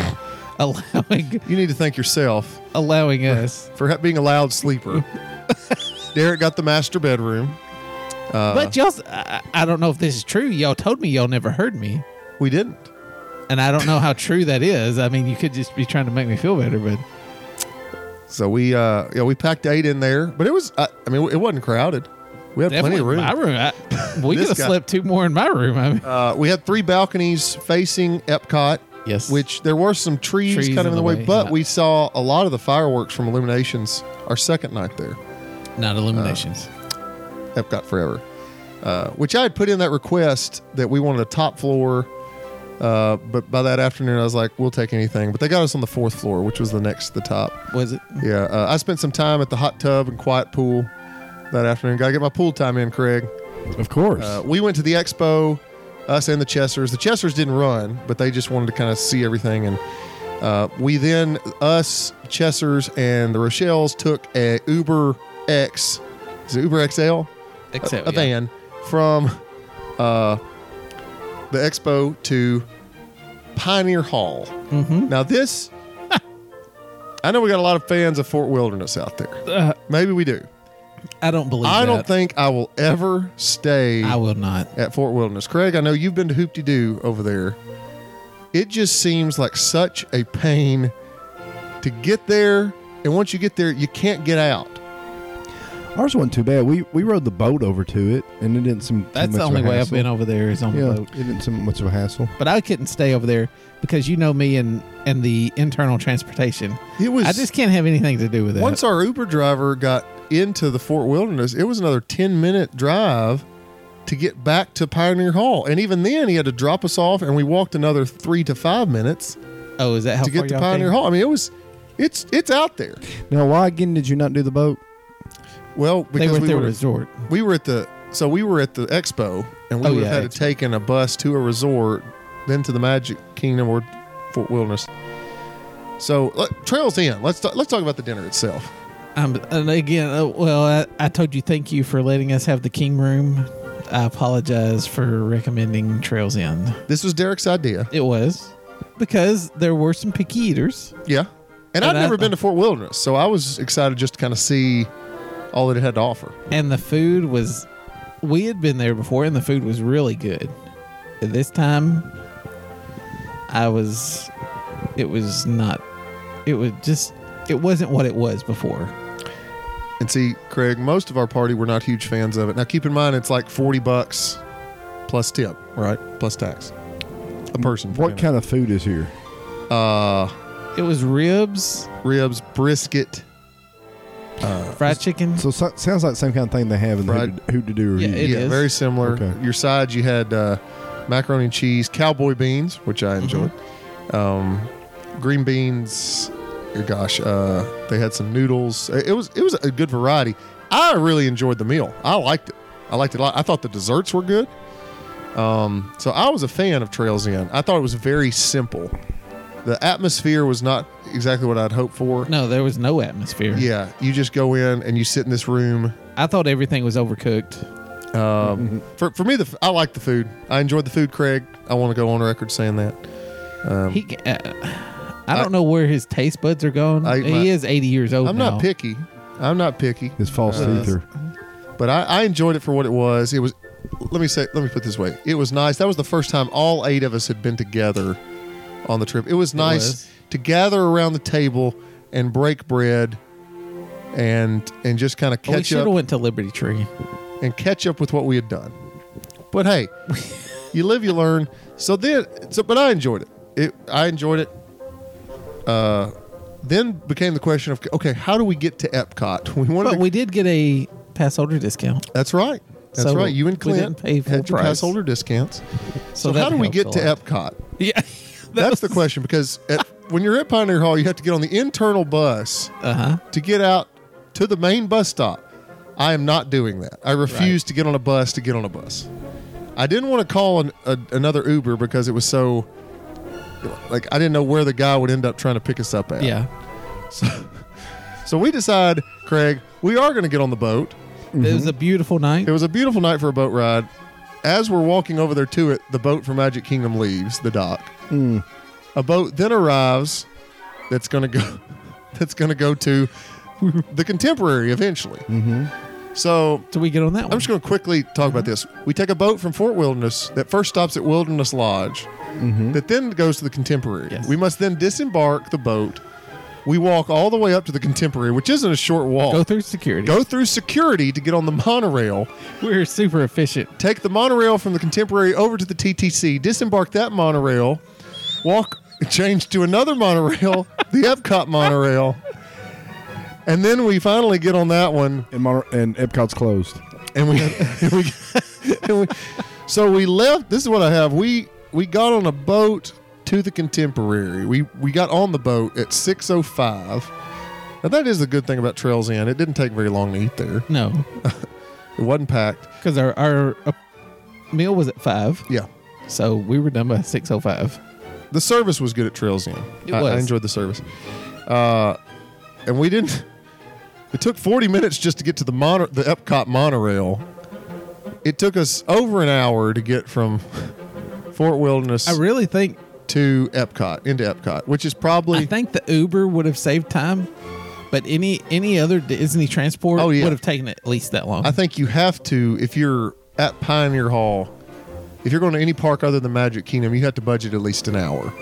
[SPEAKER 4] allowing
[SPEAKER 3] You need to thank yourself
[SPEAKER 4] allowing us.
[SPEAKER 3] for ha- being a loud sleeper. Derek got the master bedroom. uh,
[SPEAKER 4] but y'all, I, I don't know if this is true. Y'all told me y'all never heard me,
[SPEAKER 3] We didn't.
[SPEAKER 4] and I don't know how true that is. I mean, you could just be trying to make me feel better, but
[SPEAKER 3] So we, uh, yeah, we packed eight in there, but it was, I, I mean, it wasn't crowded. We had plenty
[SPEAKER 4] definitely
[SPEAKER 3] of room.
[SPEAKER 4] my room. I, we
[SPEAKER 3] This
[SPEAKER 4] could have
[SPEAKER 3] guy-
[SPEAKER 4] slept two more in my room. I mean,
[SPEAKER 3] Uh, we had three balconies facing Epcot.
[SPEAKER 4] Yes.
[SPEAKER 3] Which there were some trees,
[SPEAKER 4] Trees
[SPEAKER 3] kind of in the way, but
[SPEAKER 4] yeah.
[SPEAKER 3] we saw a lot of the fireworks from Illuminations our second night there,
[SPEAKER 4] not illuminations.
[SPEAKER 3] uh, Epcot Forever, uh, which I had put in that request that we wanted a top floor. Uh, but by that afternoon, I was like, we'll take anything. But they got us on the fourth floor, which was the next to the top.
[SPEAKER 4] was it?
[SPEAKER 3] Yeah, uh, I spent some time at the hot tub and quiet pool that afternoon. Got to get my pool time in, Craig.
[SPEAKER 5] Of course.
[SPEAKER 3] Uh, we went to the expo, us and the Chessers. The Chessers didn't run, but they just wanted to kind of see everything. And uh, we then, us, Chessers, and the Rochelles took a Uber X, is it Uber XL?
[SPEAKER 4] Except
[SPEAKER 3] a van from uh, the expo to Pioneer Hall. Mm-hmm. Now, this, I know we got a lot of fans of Fort Wilderness out there. Maybe we do.
[SPEAKER 4] I don't Uh, believe.
[SPEAKER 3] I don't
[SPEAKER 4] that.
[SPEAKER 3] think I will ever stay
[SPEAKER 4] I will not.
[SPEAKER 3] at Fort Wilderness. Craig, I know you've been to Hoopty Doo over there. It just seems like such a pain to get there, and once you get there, you can't get out.
[SPEAKER 5] Ours wasn't too bad. We we rode the boat over to it, and it didn't seem too
[SPEAKER 4] That's
[SPEAKER 5] much
[SPEAKER 4] the
[SPEAKER 5] of a
[SPEAKER 4] only way I've
[SPEAKER 5] hassle.
[SPEAKER 4] been over there is on
[SPEAKER 5] Yeah,
[SPEAKER 4] the boat.
[SPEAKER 5] it didn't seem much of a hassle.
[SPEAKER 4] but I couldn't stay over there because you know me and and the internal transportation.
[SPEAKER 3] It was
[SPEAKER 4] I just can't have anything to do with that.
[SPEAKER 3] once our Uber driver got into the Fort Wilderness, it was another ten minute drive to get back to Pioneer Hall, and even then, he had to drop us off, and we walked another three to five minutes
[SPEAKER 4] oh, is that how
[SPEAKER 3] to
[SPEAKER 4] far
[SPEAKER 3] get to
[SPEAKER 4] y'all
[SPEAKER 3] Pioneer
[SPEAKER 4] came?
[SPEAKER 3] Hall. I mean, it was, it's it's out there.
[SPEAKER 5] Now, why again did you not do the boat?
[SPEAKER 3] Well,
[SPEAKER 4] They
[SPEAKER 3] because
[SPEAKER 4] were at
[SPEAKER 3] we
[SPEAKER 4] their
[SPEAKER 3] would've-
[SPEAKER 4] resort.
[SPEAKER 3] we were at the so we were at the expo and we
[SPEAKER 4] Oh,
[SPEAKER 3] would have
[SPEAKER 4] yeah,
[SPEAKER 3] had
[SPEAKER 4] expo.
[SPEAKER 3] to taken a bus to a resort then to the magic kingdom or fort wilderness so let, trails in let's ta- let's talk about the dinner itself
[SPEAKER 4] Um, and again, uh, well, I, I told you thank you for letting us have the king room. I apologize for recommending Trails End.
[SPEAKER 3] this was derek's idea
[SPEAKER 4] It was because there were some picky eaters.
[SPEAKER 3] yeah and,
[SPEAKER 4] And
[SPEAKER 3] i'd
[SPEAKER 4] I-
[SPEAKER 3] never been to fort wilderness so i was excited just to kind of see all that it had to offer
[SPEAKER 4] and the food was we had been there before and the food was really good this time i was it was not it was just it wasn't what it was before
[SPEAKER 3] and see craig most of our party were not huge fans of it now keep in mind it's like 40 bucks plus tip right plus tax a person
[SPEAKER 5] What kind of food is here?
[SPEAKER 3] of uh
[SPEAKER 4] it was ribs
[SPEAKER 3] ribs brisket
[SPEAKER 4] fried chicken
[SPEAKER 5] So, so sounds like the same kind of thing they have in the
[SPEAKER 3] Fried-
[SPEAKER 5] who to do
[SPEAKER 4] Yeah,
[SPEAKER 5] review.
[SPEAKER 4] it-
[SPEAKER 3] yeah,
[SPEAKER 4] is.
[SPEAKER 3] very similar.
[SPEAKER 5] Okay.
[SPEAKER 3] Your sides, you had uh, macaroni and cheese, cowboy beans, which
[SPEAKER 4] Mm-hmm.
[SPEAKER 3] I enjoyed, um, green beans. oh Gosh, uh, they had some noodles. Eh, It it was it was a good variety. I really enjoyed the meal. I liked it. I liked it a lot. I thought the desserts were good. Um, so I was a fan of Trails End. I thought it was very simple. The atmosphere was not exactly what I'd hoped for.
[SPEAKER 4] no there was no atmosphere
[SPEAKER 3] Yeah, you just go in and you sit in this room
[SPEAKER 4] i thought everything was overcooked
[SPEAKER 3] um, for, for me, the f- I like the food. I enjoyed the food, Craig. I want to go on record saying that.
[SPEAKER 4] he uh, i don't know where his taste buds are going
[SPEAKER 3] I-
[SPEAKER 4] he
[SPEAKER 3] my-
[SPEAKER 4] is 80 years old
[SPEAKER 3] I'm
[SPEAKER 4] now.
[SPEAKER 3] not picky. I'm not picky,
[SPEAKER 5] It's false teeth or
[SPEAKER 3] but I, I enjoyed it for what it was. It was. Let me say. Let me put it this way. It was nice. That was the first time all eight of us had been together on the trip. It was nice
[SPEAKER 4] was.
[SPEAKER 3] to gather around the table and break bread, and and just kind of
[SPEAKER 4] we
[SPEAKER 3] catch
[SPEAKER 4] should have
[SPEAKER 3] up
[SPEAKER 4] went to liberty tree
[SPEAKER 3] and catch up with what we had done. But hey, you live, you learn. So then, so but I enjoyed it. It I enjoyed it. Uh, then became the question of okay, how do we get to Epcot? We wanted.
[SPEAKER 4] but
[SPEAKER 3] to-
[SPEAKER 4] we did get a pass holder discount
[SPEAKER 3] that's right. That's
[SPEAKER 4] So
[SPEAKER 3] right. You and
[SPEAKER 4] we
[SPEAKER 3] Clint
[SPEAKER 4] didn't pay full
[SPEAKER 3] had your
[SPEAKER 4] price.
[SPEAKER 3] pass holder discounts. So,
[SPEAKER 4] that
[SPEAKER 3] how do we
[SPEAKER 4] helped
[SPEAKER 3] get
[SPEAKER 4] a
[SPEAKER 3] to
[SPEAKER 4] lot.
[SPEAKER 3] Epcot?
[SPEAKER 4] yeah
[SPEAKER 3] That's the question because at, when you're at Pioneer Hall, you have to get on the internal bus
[SPEAKER 4] uh-huh
[SPEAKER 3] to get out to the main bus stop. I am not doing that. I refuse to get on a bus to get on a bus. I didn't want to call an, a, another Uber because it was so like I didn't know where the guy would end up trying to pick us up at.
[SPEAKER 4] yeah
[SPEAKER 3] So we decide, Craig, we are going to get on the boat.
[SPEAKER 4] It
[SPEAKER 3] Mm-hmm.
[SPEAKER 4] was a beautiful night.
[SPEAKER 3] It was a beautiful night for a boat ride. As we're walking over there to it, the boat from Magic Kingdom leaves the dock. A boat then arrives that's going to go that's going to go to the Contemporary eventually. Mm-hmm. So
[SPEAKER 4] So we get on that one.
[SPEAKER 3] I'm just going to quickly talk about this. We take a boat from Fort Wilderness that first stops at Wilderness Lodge, that then goes to the Contemporary.
[SPEAKER 4] Yes.
[SPEAKER 3] We must then disembark the boat. We walk all the way up to the Contemporary, which isn't a short walk.
[SPEAKER 4] Go through security.
[SPEAKER 3] Go through security to get on the monorail.
[SPEAKER 4] We're super efficient.
[SPEAKER 3] Take the monorail from the Contemporary over to the TTC. Disembark that monorail. Walk, change to another monorail, the Epcot monorail. And then we finally get on that one
[SPEAKER 5] And, Mon- and Epcot's closed.
[SPEAKER 3] and we, and we, and we so we left this is what i have we we got on a boat to the contemporary we we got on the boat at 605 now that is the good thing about trails Inn. it didn't take very long to eat there
[SPEAKER 4] No,
[SPEAKER 3] it wasn't packed
[SPEAKER 4] because our our uh, meal was at five,
[SPEAKER 3] yeah
[SPEAKER 4] so we were done by six oh five.
[SPEAKER 3] the service was good at trails Inn.
[SPEAKER 4] It
[SPEAKER 3] I, I
[SPEAKER 4] was.
[SPEAKER 3] enjoyed the service uh and we didn't it took 40 minutes just to get to the mono, the epcot monorail it took us over an hour to get from fort wilderness
[SPEAKER 4] I really think
[SPEAKER 3] to Epcot, into Epcot, which is
[SPEAKER 4] I
[SPEAKER 3] probably
[SPEAKER 4] think the Uber would have saved time, but any any other Disney transport
[SPEAKER 3] Oh, yeah.
[SPEAKER 4] would have taken at least that long.
[SPEAKER 3] I think you have to if you're at Pioneer Hall, if you're going to any park other than Magic Kingdom, you have to budget at least an hour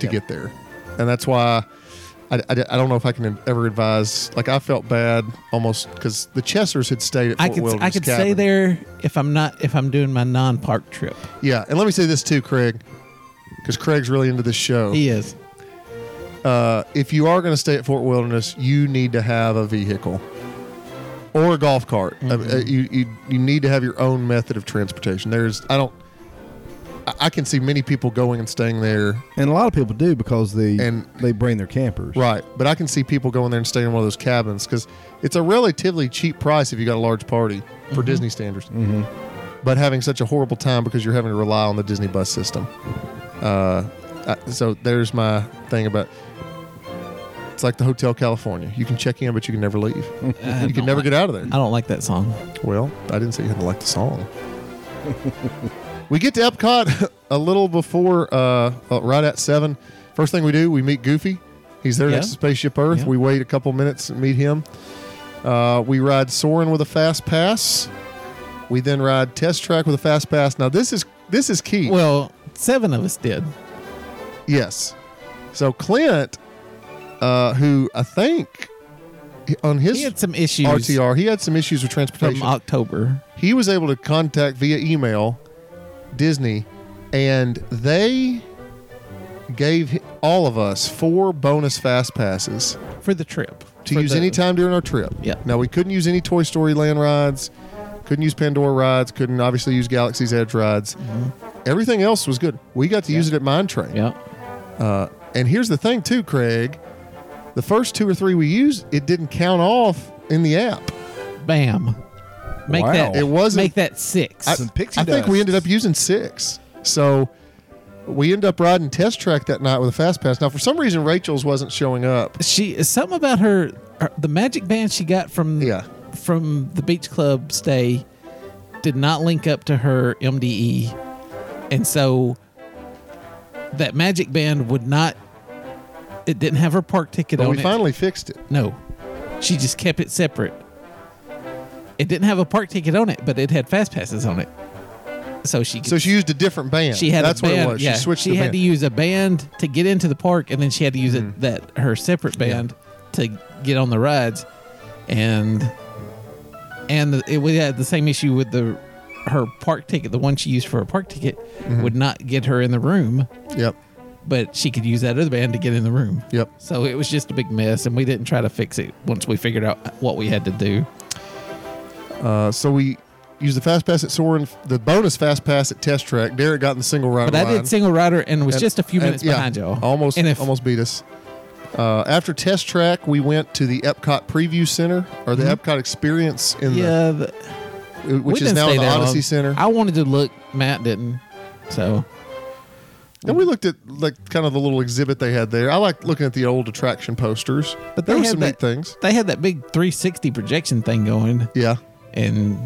[SPEAKER 3] to get there, and that's why. I, I, I don't know if I can ever advise. Like I felt bad almost because the Chessers had stayed at Fort
[SPEAKER 4] I could
[SPEAKER 3] Wilderness
[SPEAKER 4] I could
[SPEAKER 3] Cabin.
[SPEAKER 4] stay there if I'm not if I'm doing my non park trip.
[SPEAKER 3] Yeah, and let me say this too, Craig, because Craig's really into this show.
[SPEAKER 4] He is.
[SPEAKER 3] uh, if you are going to stay at Fort Wilderness, you need to have a vehicle or a golf cart. I mean, uh, you, you you need to have your own method of transportation. There's I don't I, I can see many people going and staying there,
[SPEAKER 5] And a lot of people do because they
[SPEAKER 3] And-
[SPEAKER 5] they bring their campers.
[SPEAKER 3] right? But I can see people going there and staying in one of those cabins because it's a relatively cheap price if you got a large party for Disney standards. Mm-hmm. But having such a horrible time because you're having to rely on the Disney bus system. Uh, I, so there's my thing about. It's like the Hotel California. You can check in, but you can never leave.
[SPEAKER 4] I
[SPEAKER 3] You
[SPEAKER 4] don't
[SPEAKER 3] can never
[SPEAKER 4] like-
[SPEAKER 3] get out of there.
[SPEAKER 4] I don't like that song.
[SPEAKER 3] Well, I didn't say you had to like the song. we get to Epcot a little before, uh, uh, right at seven. First thing we do, we meet Goofy. He's there
[SPEAKER 4] Yeah.
[SPEAKER 3] next to Spaceship Earth.
[SPEAKER 4] Yeah.
[SPEAKER 3] We wait a couple minutes and meet him. Uh, we ride Soarin' with a fast pass. We then ride Test Track with a fast pass. Now this is this is key.
[SPEAKER 4] Well, seven of us did.
[SPEAKER 3] Yes. So Clint, uh, who I think he- on his
[SPEAKER 4] He had some issues
[SPEAKER 3] RTR, he had some issues with transportation.
[SPEAKER 4] from October.
[SPEAKER 3] he was able to contact via email Disney, and they gave hi- all of us four bonus fast passes
[SPEAKER 4] for the trip.
[SPEAKER 3] to
[SPEAKER 4] For
[SPEAKER 3] use
[SPEAKER 4] the-
[SPEAKER 3] any time during our trip.
[SPEAKER 4] Yeah.
[SPEAKER 3] Now we couldn't use any Toy Story Land rides, couldn't use Pandora rides, couldn't obviously use Galaxy's Edge rides. Everything else was good. We got to use it at Mine Train.
[SPEAKER 4] Mm-hmm. Yeah.
[SPEAKER 3] And here's the thing too, Craig. The first two or three we used, it didn't count off in the app.
[SPEAKER 4] Bam. Make
[SPEAKER 5] Wow.
[SPEAKER 4] that
[SPEAKER 3] It wasn't
[SPEAKER 4] make that six.
[SPEAKER 3] I,
[SPEAKER 5] Some pixie
[SPEAKER 3] I think
[SPEAKER 5] dust.
[SPEAKER 3] we ended up using six. So we ended up riding test track that night with a fast pass. Now, for some reason, Rachel's wasn't showing up.
[SPEAKER 4] she something about her, her the magic band she got from
[SPEAKER 3] Yeah.
[SPEAKER 4] from the beach club stay did not link up to her MDE, and so that magic band would not. It didn't have her park ticket
[SPEAKER 3] But
[SPEAKER 4] on
[SPEAKER 3] we
[SPEAKER 4] it.
[SPEAKER 3] finally fixed it.
[SPEAKER 4] no, she just kept it separate. It didn't have a park ticket on it, but it had fast passes on it. So she could
[SPEAKER 3] So she used a different band.
[SPEAKER 4] She had
[SPEAKER 3] That's
[SPEAKER 4] a band.
[SPEAKER 3] what it was.
[SPEAKER 4] Yeah,
[SPEAKER 3] She switched
[SPEAKER 4] She
[SPEAKER 3] the
[SPEAKER 4] had
[SPEAKER 3] band. Mm-hmm.
[SPEAKER 4] to use a band to get into the park, and then she had to use it that her separate band to get on the rides, and and the, it, we had the same issue with the her park ticket. The one she used for her park ticket
[SPEAKER 3] Mm-hmm.
[SPEAKER 4] would not get her in the room,
[SPEAKER 3] yep.
[SPEAKER 4] but she could use that other band to get in the room.
[SPEAKER 3] Yep.
[SPEAKER 4] So it was just a big mess, and we didn't try to fix it once we figured out what we had to do.
[SPEAKER 3] Uh, so we used the fast pass at Soren, the bonus fast pass at test track. Derek got in the single rider
[SPEAKER 4] But I
[SPEAKER 3] line.
[SPEAKER 4] did single rider and was
[SPEAKER 3] And-
[SPEAKER 4] just a few
[SPEAKER 3] and-
[SPEAKER 4] minutes
[SPEAKER 3] yeah,
[SPEAKER 4] behind y'all.
[SPEAKER 3] Almost,
[SPEAKER 4] And if-
[SPEAKER 3] almost beat us. Uh, after test track, we went to the Epcot Preview Center or the Epcot Experience in
[SPEAKER 4] Mm-hmm. Yeah. the-
[SPEAKER 3] the which
[SPEAKER 4] We
[SPEAKER 3] is
[SPEAKER 4] didn't
[SPEAKER 3] now
[SPEAKER 4] stay
[SPEAKER 3] the
[SPEAKER 4] there
[SPEAKER 3] Odyssey
[SPEAKER 4] long.
[SPEAKER 3] Center.
[SPEAKER 4] I wanted to look. Matt didn't. So
[SPEAKER 3] And we looked at like kind of the little exhibit they had there. I like looking at the old attraction posters. But
[SPEAKER 4] they
[SPEAKER 3] there were
[SPEAKER 4] had
[SPEAKER 3] some neat
[SPEAKER 4] that-
[SPEAKER 3] things.
[SPEAKER 4] They had that big 360 projection thing going,
[SPEAKER 3] Yeah,
[SPEAKER 4] and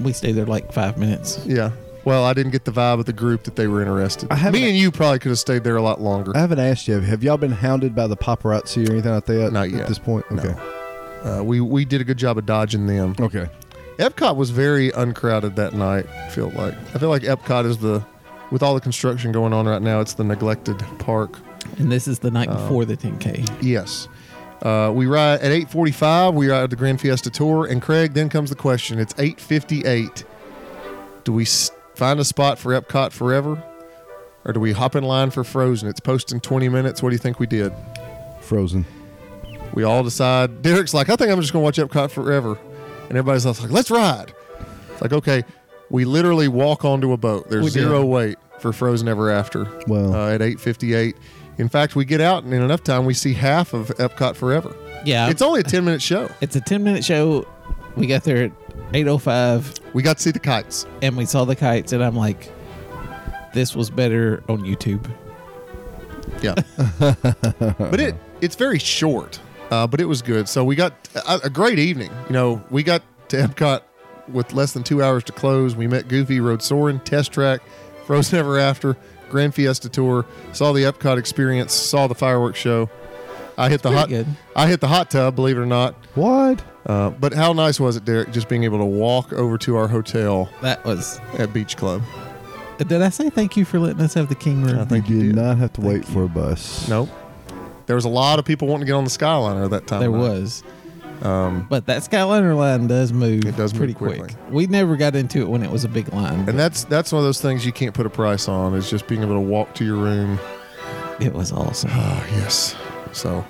[SPEAKER 4] we stayed there like five minutes.
[SPEAKER 3] yeah. Well, I didn't get the vibe of the group that they were interested.
[SPEAKER 5] I haven't-
[SPEAKER 3] Me and you probably could have stayed there a lot longer.
[SPEAKER 5] I haven't asked you. Have y'all been hounded by the paparazzi or anything like that?
[SPEAKER 3] Not yet.
[SPEAKER 5] At this point,
[SPEAKER 3] No.
[SPEAKER 5] okay.
[SPEAKER 3] Uh, we we did a good job of dodging them.
[SPEAKER 5] Okay.
[SPEAKER 3] Epcot was very uncrowded that night. I feel like I feel like Epcot is the with all the construction going on right now. It's the neglected park.
[SPEAKER 4] And this is the night before the 10K.
[SPEAKER 3] Yes. Uh, we ride at 8:45. We ride the Grand Fiesta Tour, and Craig. Then comes the question. It's 8:58. Do we s- find a spot for Epcot forever, or do we hop in line for Frozen? It's posting 20 minutes. What do you think we did?
[SPEAKER 5] Frozen.
[SPEAKER 3] We all decide. Derek's like, I think I'm just gonna watch Epcot forever, and everybody's else like, let's ride. It's like, okay, we literally walk onto a boat. There's
[SPEAKER 4] We did.
[SPEAKER 3] zero wait for Frozen Ever After.
[SPEAKER 5] Wow.
[SPEAKER 3] uh, at 8:58. In fact, we get out, and in enough time, we see half of Epcot forever.
[SPEAKER 4] Yeah.
[SPEAKER 3] It's only a 10 minute show.
[SPEAKER 4] It's a 10 minute show. We got there at 805
[SPEAKER 3] We got to see the kites.
[SPEAKER 4] and we saw the kites and I'm like this was better on YouTube.
[SPEAKER 3] Yeah. but it it's very short, uh, but it was good. So we got uh, a, a great evening. You know, we got to Epcot with less than two hours to close. We met Goofy, rode Soarin', Test Track, Frozen Ever After, Grand Fiesta Tour, saw the Epcot experience, saw the fireworks show. I hit the
[SPEAKER 4] pretty
[SPEAKER 3] hot.
[SPEAKER 4] good.
[SPEAKER 3] I hit the hot tub, believe it or not.
[SPEAKER 5] What?
[SPEAKER 3] Uh, but how nice was it, Derek, just being able to walk over to our hotel
[SPEAKER 4] That was
[SPEAKER 3] at Beach Club?
[SPEAKER 4] Did I say thank you for letting us have the king room?
[SPEAKER 5] You did not have to wait for a bus.
[SPEAKER 3] No. There was a lot of people wanting to get on the Skyliner at that time.
[SPEAKER 4] there
[SPEAKER 3] of night.
[SPEAKER 4] was. but that Skyliner line does move
[SPEAKER 3] Um, It does move
[SPEAKER 4] pretty
[SPEAKER 3] quickly.
[SPEAKER 4] quick. We never got into it when it was a big line.
[SPEAKER 3] And that's that's one of those things you can't put a price on is just being able to walk to your room.
[SPEAKER 4] It was awesome.
[SPEAKER 5] Ah,
[SPEAKER 3] Oh, yes. So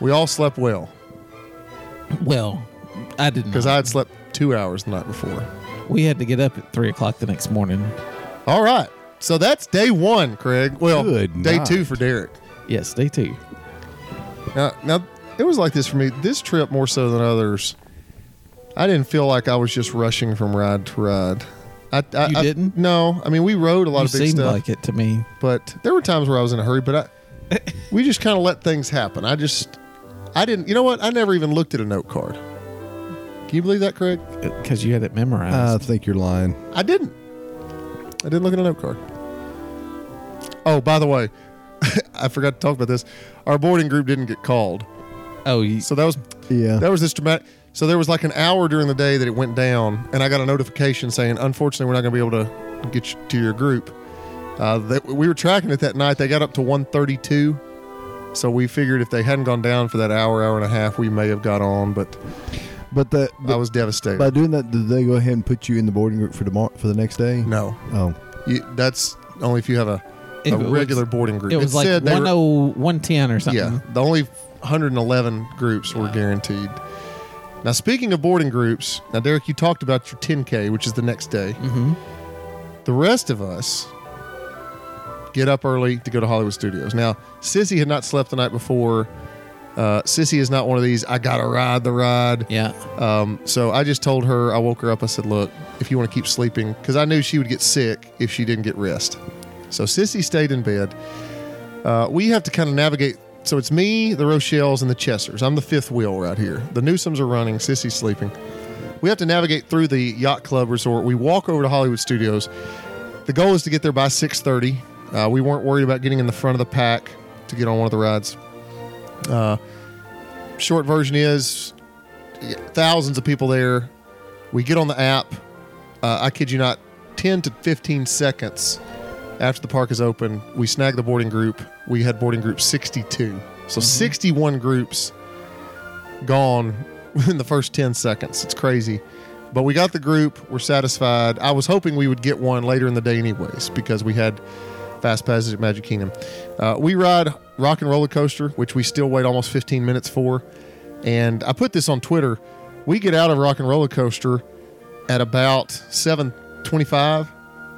[SPEAKER 3] we all slept well
[SPEAKER 4] well, I didn't
[SPEAKER 3] because
[SPEAKER 5] Mm-hmm.
[SPEAKER 3] I had slept two hours the night before.
[SPEAKER 4] we had to get up at three o'clock the next morning.
[SPEAKER 3] All right. So that's day one, Craig. Well,
[SPEAKER 5] Good
[SPEAKER 3] day
[SPEAKER 5] night.
[SPEAKER 3] two for Derek.
[SPEAKER 4] Yes, day two.
[SPEAKER 3] Now, now it was like this for me. This trip more so than others. I didn't feel like I was just rushing from ride to ride. I, I,
[SPEAKER 4] You
[SPEAKER 3] I-
[SPEAKER 4] didn't?
[SPEAKER 3] No, I mean we rode a lot
[SPEAKER 4] You
[SPEAKER 3] of big
[SPEAKER 4] seemed
[SPEAKER 3] stuff,
[SPEAKER 4] like it to me.
[SPEAKER 3] but there were times where I was in a hurry. But I, we just kind of let things happen. I just, I didn't. You know what? I never even looked at a note card. Can you believe that, Craig?
[SPEAKER 4] Because you had it
[SPEAKER 5] I
[SPEAKER 4] memorized.
[SPEAKER 5] think you're lying.
[SPEAKER 3] I didn't. I didn't look at a note card. Oh, by the way, I forgot to talk about this. Our boarding group didn't get called,
[SPEAKER 4] oh, you,
[SPEAKER 3] so that was
[SPEAKER 5] Yeah.
[SPEAKER 3] That was this dramatic. So there was like an hour during the day that it went down, and I got a notification saying, unfortunately, we're not going to be able to get you to your group. Uh, that we were tracking it that night. They got up to 132. So we figured if they hadn't gone down for that hour, hour and a half, we may have got on, but
[SPEAKER 5] but the,
[SPEAKER 3] I was devastated.
[SPEAKER 5] by doing that, did they go ahead and put you in the boarding group for tomorrow for the next day?
[SPEAKER 3] no,
[SPEAKER 5] Oh.
[SPEAKER 3] you, that's only if you have a,
[SPEAKER 4] If
[SPEAKER 3] a
[SPEAKER 4] it was-
[SPEAKER 3] regular boarding group.
[SPEAKER 4] it was like
[SPEAKER 3] they were-
[SPEAKER 4] 10, 110 or something.
[SPEAKER 3] Yeah, the only 111 groups were guaranteed. Now, speaking of boarding groups, now Derek, you talked about your 10K, which is the next day. Mm-hmm. The rest of us get up early to go to Hollywood Studios. Now, Sissy had not slept the night before. Uh, Sissy is not one of these. I gotta ride the ride.
[SPEAKER 4] Yeah.
[SPEAKER 3] Um, so I just told her. I woke her up. I said, "Look, if you want to keep sleeping, because I knew she would get sick if she didn't get rest." So Sissy stayed in bed. Uh, we have to kind of navigate. So it's me, the Rochelles, and the Chessers. I'm the fifth wheel right here. The Newsoms are running. Sissy's sleeping. We have to navigate through the yacht club resort. We walk over to Hollywood Studios. The goal is to get there by 6:30. Uh, we weren't worried about getting in the front of the pack to get on one of the rides. Uh, short version is thousands of people there. We get on the app. Uh, I kid you not, 10 to 15 seconds after the park is open, we snag the boarding group. We had boarding group 62. So 61 groups gone in the first 10 seconds. It's crazy. But we got the group. We're satisfied. I was hoping we would get one later in the day, anyways, because we had Fast Passage at Magic Kingdom. Uh, we ride Rock and Roller Coaster, which we still wait almost 15 minutes for. And I put this on Twitter. We get out of Rock and Roller Coaster at about 7:25.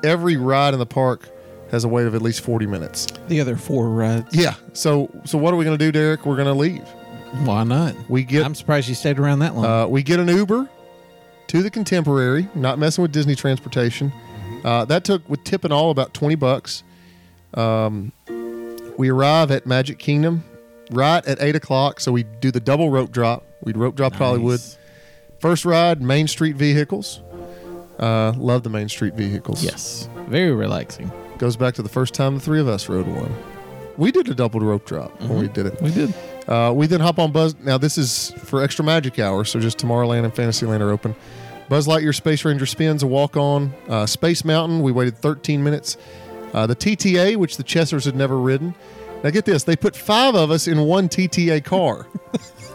[SPEAKER 3] Every ride in the park has a wait of at least 40 minutes.
[SPEAKER 4] The other four uh, rides.
[SPEAKER 3] Yeah. So so what are we going to do, Derek? We're going to leave.
[SPEAKER 4] Why not?
[SPEAKER 3] We get
[SPEAKER 4] I'm surprised you stayed around that long.
[SPEAKER 3] uh, we get an Uber to the Contemporary, not messing with
[SPEAKER 4] Mm-hmm.
[SPEAKER 3] Disney transportation. Uh, that took with tip and all about twenty bucks. Um, We arrive at Magic Kingdom right at eight o'clock. So we do the double rope drop. We rope drop Hollywood.
[SPEAKER 4] Nice.
[SPEAKER 3] First ride, Main Street vehicles. Uh, love the Main Street vehicles.
[SPEAKER 4] Yes. Very relaxing.
[SPEAKER 3] Goes back to the first time the three of us rode one. We did a double rope drop
[SPEAKER 4] Mm-hmm.
[SPEAKER 3] when we did it.
[SPEAKER 4] We did.
[SPEAKER 3] Uh, we then hop on Buzz. Now this is for extra magic hour, so just Tomorrowland and Fantasyland are open. Buzz Lightyear Space Ranger spins a walk on uh, Space Mountain. We waited 13 minutes. Uh, the TTA, which the Chessers had never ridden. Now get this, they put five of us in one TTA car.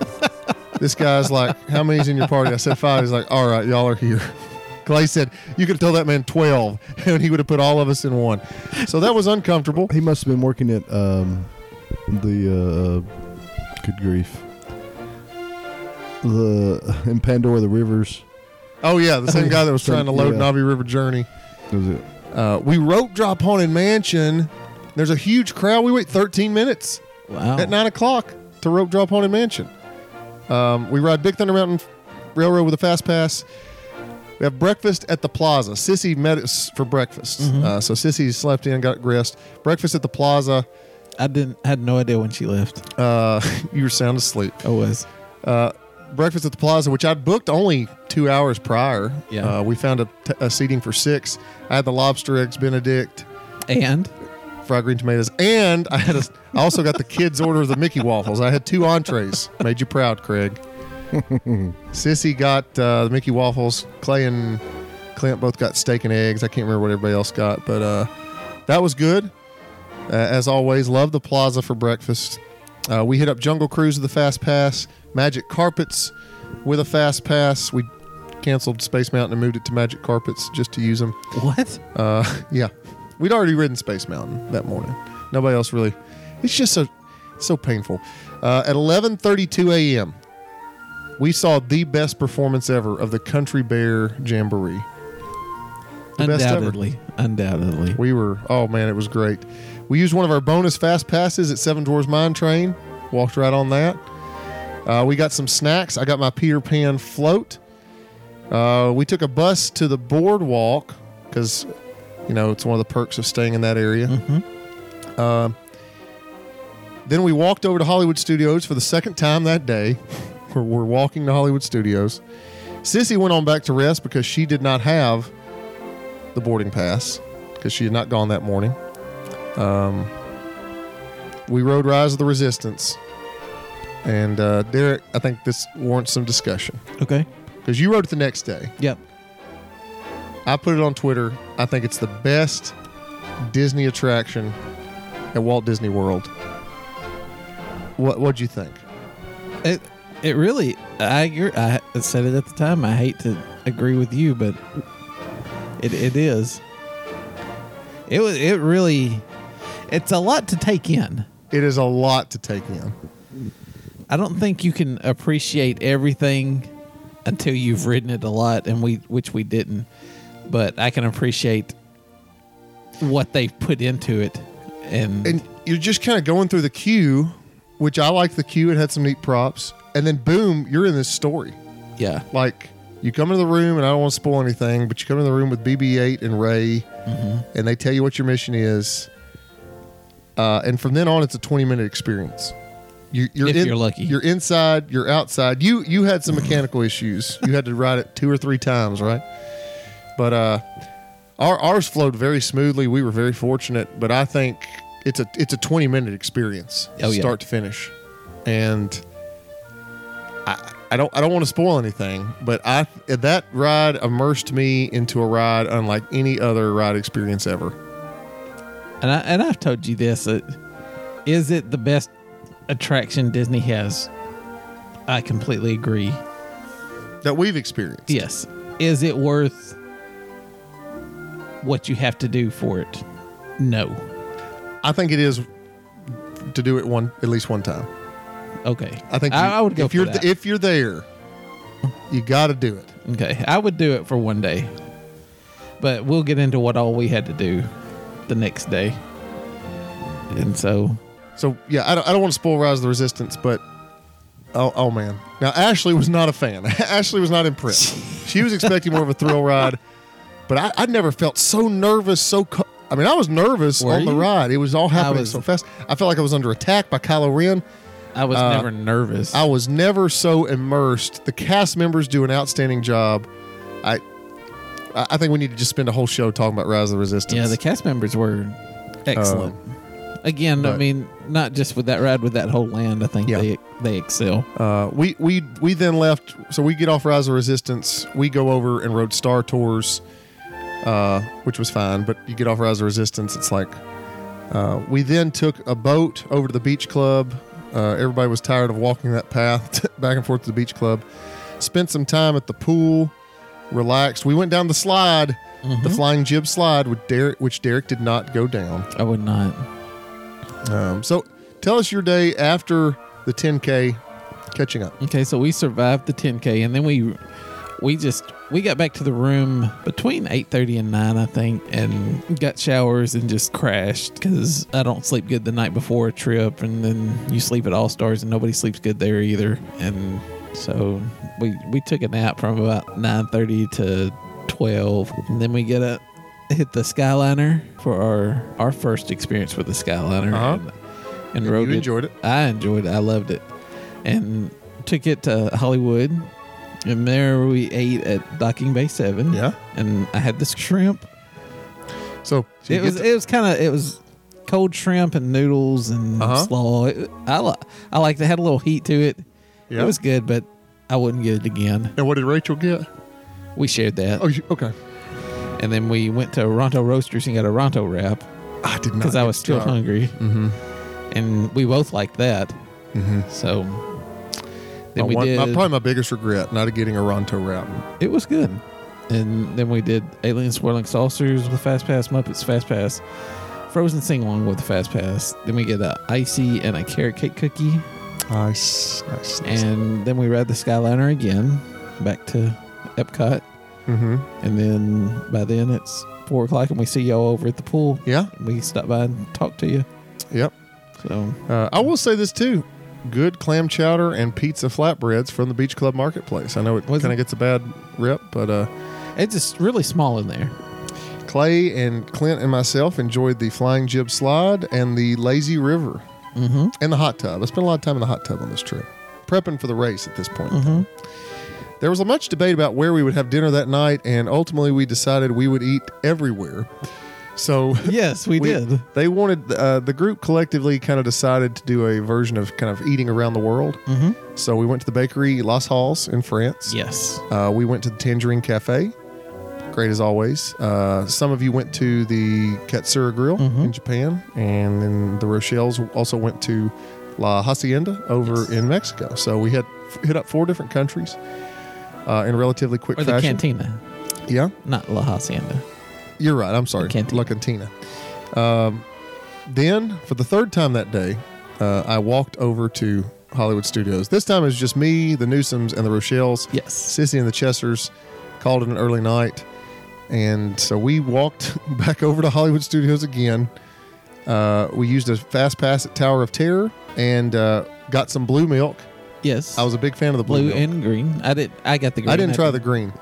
[SPEAKER 3] this guy's like, "How many's in your party?" I said five. He's like, "All right, y'all are here." Clay said, "You could have told that man 12, and he would have put all of us in one." So that was uncomfortable.
[SPEAKER 5] He must have been working at um, the uh, good grief, the in Pandora the rivers.
[SPEAKER 3] Oh yeah, the same guy that was
[SPEAKER 5] So,
[SPEAKER 3] trying to load
[SPEAKER 5] yeah.
[SPEAKER 3] Navi River Journey.
[SPEAKER 5] That was it?
[SPEAKER 3] Uh, we rope drop Haunted Mansion. There's a huge crowd. We wait 13 minutes
[SPEAKER 4] Wow.
[SPEAKER 3] at 9 o'clock to rope drop Haunted Mansion. Um, we ride Big Thunder Mountain Railroad with a fast pass. We have breakfast at the plaza. Sissy met us for breakfast. Uh, so Sissy slept in, got dressed. Breakfast at the plaza.
[SPEAKER 4] I didn't had no idea when she left.
[SPEAKER 3] Uh, you were sound asleep.
[SPEAKER 4] I Oh, was.
[SPEAKER 3] breakfast at the plaza, which I'd booked only two hours prior.
[SPEAKER 4] Yeah.
[SPEAKER 3] Uh, we found a, t- a seating for six. I had the lobster eggs Benedict.
[SPEAKER 4] And
[SPEAKER 3] fried green tomatoes, and I had a, I also got the kids' order of the Mickey waffles. I had two entrees. Made you proud, Craig. Sissy got uh, the Mickey waffles. Clay and Clint both got steak and eggs. I can't remember what everybody else got, but uh, that was good. Uh, as always, love the plaza for breakfast. Uh, we hit up Jungle Cruise with a fast pass, Magic Carpets with a fast pass. We canceled Space Mountain and moved it to Magic Carpets just to use them.
[SPEAKER 4] what?
[SPEAKER 3] Uh, yeah, we'd already ridden Space Mountain that morning. Nobody else really. It's just so so painful. Uh, at 11:32 a.m., we saw the best performance ever of the Country Bear Jamboree. The best ever.
[SPEAKER 4] Undoubtedly. Undoubtedly.
[SPEAKER 3] We were oh man, it was great. We used one of our bonus fast passes at Seven Dwarfs Mine Train. Walked right on that. Uh, we got some snacks. I got my Peter Pan float. Uh, we took a bus to the boardwalk because, you know, it's one of the perks of staying in that area. Um, then we walked over to Hollywood Studios for the second time that day. we're, we're walking to Hollywood Studios. Sissy went on back to rest because she did not have the boarding pass because she had not gone that morning. Um, we rode Rise of the Resistance. And uh, Derek, I think this warrants some discussion
[SPEAKER 4] Okay.
[SPEAKER 3] because you wrote it the next day.
[SPEAKER 4] Yep.
[SPEAKER 3] I put it on Twitter. I think it's the best Disney attraction at Walt Disney World. What What'd you think?
[SPEAKER 4] It it really I agree. I said it at the time. I hate to agree with you, but it it is. It was it really it's a lot to take in.
[SPEAKER 3] It is a lot to take in.
[SPEAKER 4] I don't think you can appreciate everything until you've ridden it a lot and we which we didn't. But I can appreciate what they put into it and,
[SPEAKER 3] and you're just kind of going through the queue, which I like the queue. It had some neat props, and then boom, you're in this story.
[SPEAKER 4] yeah.
[SPEAKER 3] Like you come into the room, and I don't want to spoil anything, but you come in the room with BB-8 and Ray,
[SPEAKER 4] Mm-hmm.
[SPEAKER 3] and they tell you what your mission is. Uh, and from then on, it's a 20 minute experience. You, you're
[SPEAKER 4] If
[SPEAKER 3] in-
[SPEAKER 4] you're lucky.
[SPEAKER 3] you're inside, you're outside. You you had some mechanical issues. You had to ride it two or three times, right? But uh, our ours flowed very smoothly. We were very fortunate, but I think it's a it's a 20 minute experience,
[SPEAKER 4] Oh, yeah.
[SPEAKER 3] start to finish, and I I don't I don't want to spoil anything, but I that ride immersed me into a ride unlike any other ride experience ever.
[SPEAKER 4] And I and I've told you this. It, is it the best attraction Disney has? I completely agree.
[SPEAKER 3] that we've experienced.
[SPEAKER 4] Yes. Is it worth what you have to do for it? No.
[SPEAKER 3] I think it is to do it one at least one time.
[SPEAKER 4] Okay.
[SPEAKER 3] I think
[SPEAKER 4] I,
[SPEAKER 3] you-
[SPEAKER 4] I would go
[SPEAKER 3] if
[SPEAKER 4] for
[SPEAKER 3] you're
[SPEAKER 4] that.
[SPEAKER 3] if you're there, you got to do it.
[SPEAKER 4] okay. I would do it for one day. But we'll get into what all we had to do the next day. And so
[SPEAKER 3] So yeah, I don't, I don't want to spoil Rise of the Resistance, but oh oh man, now Ashley was not a fan. Ashley was not impressed. she was expecting more of a thrill ride, but I, I never felt so nervous, so co- I mean, I was nervous
[SPEAKER 4] Were
[SPEAKER 3] on the
[SPEAKER 4] you?
[SPEAKER 3] ride. It was all happening
[SPEAKER 4] was-
[SPEAKER 3] so fast. I felt like I was under attack by Kylo Ren.
[SPEAKER 4] I was
[SPEAKER 3] Uh,
[SPEAKER 4] never nervous.
[SPEAKER 3] I was never so immersed. The cast members do an outstanding job. I, I I think we need to just spend a whole show talking about Rise of the Resistance.
[SPEAKER 4] yeah, the cast members were excellent. Again, I
[SPEAKER 3] Uh, but-
[SPEAKER 4] mean, not just with that ride, with that whole land. I think
[SPEAKER 3] Yeah.
[SPEAKER 4] they they excel.
[SPEAKER 3] Uh, we we we then left. So we get off Rise of Resistance. We go over and rode Star Tours, uh, which was fine. But you get off Rise of Resistance, it's like. Uh, we then took a boat over to the beach club. Uh, everybody was tired of walking that path back and forth to the beach club. Spent some time at the pool, relaxed. We went down the slide, the flying jib slide, with Derek, which Derek did not go down.
[SPEAKER 4] I would not.
[SPEAKER 3] Um, so, tell us your day after the 10k, catching up.
[SPEAKER 4] Okay, so we survived the 10k, and then we we just we got back to the room between 8:30 and 9, I think, and got showers and just crashed because I don't sleep good the night before a trip, and then you sleep at All Stars and nobody sleeps good there either, and so we we took a nap from about 9:30 to 12, and then we get up. Hit the Skyliner for our our first experience with the Skyliner,
[SPEAKER 3] Uh-huh.
[SPEAKER 4] and, and
[SPEAKER 3] You
[SPEAKER 4] rode it.
[SPEAKER 3] enjoyed it.
[SPEAKER 4] I enjoyed it. I loved it. And took it to Hollywood. And there we ate at Docking Bay 7.
[SPEAKER 3] Yeah.
[SPEAKER 4] And I had this shrimp.
[SPEAKER 3] So, so you get
[SPEAKER 4] it was
[SPEAKER 3] to-
[SPEAKER 4] it was kind of it was cold shrimp and noodles and
[SPEAKER 3] Uh-huh.
[SPEAKER 4] slaw. It, I li- I liked it. Had a little heat to it.
[SPEAKER 3] yeah.
[SPEAKER 4] It was good, but I wouldn't get it again.
[SPEAKER 3] and what did Rachel get?
[SPEAKER 4] We shared that.
[SPEAKER 3] Oh, you, okay.
[SPEAKER 4] And then we went to Ronto Roasters and got a Ronto wrap
[SPEAKER 3] I did not
[SPEAKER 4] because I
[SPEAKER 3] get
[SPEAKER 4] was
[SPEAKER 3] to
[SPEAKER 4] still
[SPEAKER 3] try.
[SPEAKER 4] hungry.
[SPEAKER 3] Mhm.
[SPEAKER 4] And we both liked that. So then
[SPEAKER 3] Mm-hmm. My
[SPEAKER 4] we
[SPEAKER 3] one-
[SPEAKER 4] did.
[SPEAKER 3] my- probably my biggest regret not getting a Ronto wrap.
[SPEAKER 4] It was good. And then we did Alien Swirling Saucers with Fast Pass, Muppets Fast Pass, Frozen Sing Along with Fast Pass. Then we get a icy and a carrot cake cookie.
[SPEAKER 3] Nice, nice,
[SPEAKER 4] And then we ride the Skyliner again back to Epcot.
[SPEAKER 3] hmm
[SPEAKER 4] And then by then it's four o'clock and we see y'all over at the pool.
[SPEAKER 3] Yeah,
[SPEAKER 4] We stop by and talk to you.
[SPEAKER 3] yep.
[SPEAKER 4] So
[SPEAKER 3] Uh, I will say this too: good clam chowder and pizza flatbreads from the Beach Club Marketplace. I know it
[SPEAKER 4] Was
[SPEAKER 3] kind
[SPEAKER 4] it-
[SPEAKER 3] of gets a bad rep, but uh,
[SPEAKER 4] it's just really small in there.
[SPEAKER 3] Clay and Clint and myself enjoyed the flying jib slide and the lazy river
[SPEAKER 4] Mm-hmm.
[SPEAKER 3] and the hot tub. I spent a lot of time in the hot tub on this trip, prepping for the race at this point.
[SPEAKER 4] Mm-hmm.
[SPEAKER 3] There was a much debate about where we would have dinner that night, and ultimately we decided we would eat everywhere. So
[SPEAKER 4] Yes, we, did.
[SPEAKER 3] They wanted uh, the group collectively kind of decided to do a version of kind of eating around the world.
[SPEAKER 4] Mm-hmm.
[SPEAKER 3] So we went to the bakery Las Halls in France.
[SPEAKER 4] Yes.
[SPEAKER 3] Uh, we went to the Tangerine Cafe. Great as always. Uh, some of you went to the Katsura Grill
[SPEAKER 4] Mhm.
[SPEAKER 3] in Japan, and then the Rochelles also went to La Hacienda over
[SPEAKER 4] Yes.
[SPEAKER 3] in Mexico. So we had hit up four different countries uh, in relatively quick
[SPEAKER 4] Or the
[SPEAKER 3] fashion.
[SPEAKER 4] cantina,
[SPEAKER 3] Yeah,
[SPEAKER 4] not La Hacienda.
[SPEAKER 3] you're right. I'm sorry.
[SPEAKER 4] The cantina.
[SPEAKER 3] La Cantina. Um, then, for the third time that day, uh, I walked over to Hollywood Studios. This time it was just me, the Newsoms, and the Rochelles.
[SPEAKER 4] Yes.
[SPEAKER 3] Sissy and the Chesters called it an early night. And so we walked back over to Hollywood Studios again. Uh, we used a fast pass at Tower of Terror and uh, got some blue milk.
[SPEAKER 4] Yes.
[SPEAKER 3] I was a big fan of the blue,
[SPEAKER 4] blue
[SPEAKER 3] milk.
[SPEAKER 4] and green. I did. I got the green.
[SPEAKER 3] I didn't try the
[SPEAKER 4] didn't-
[SPEAKER 3] green.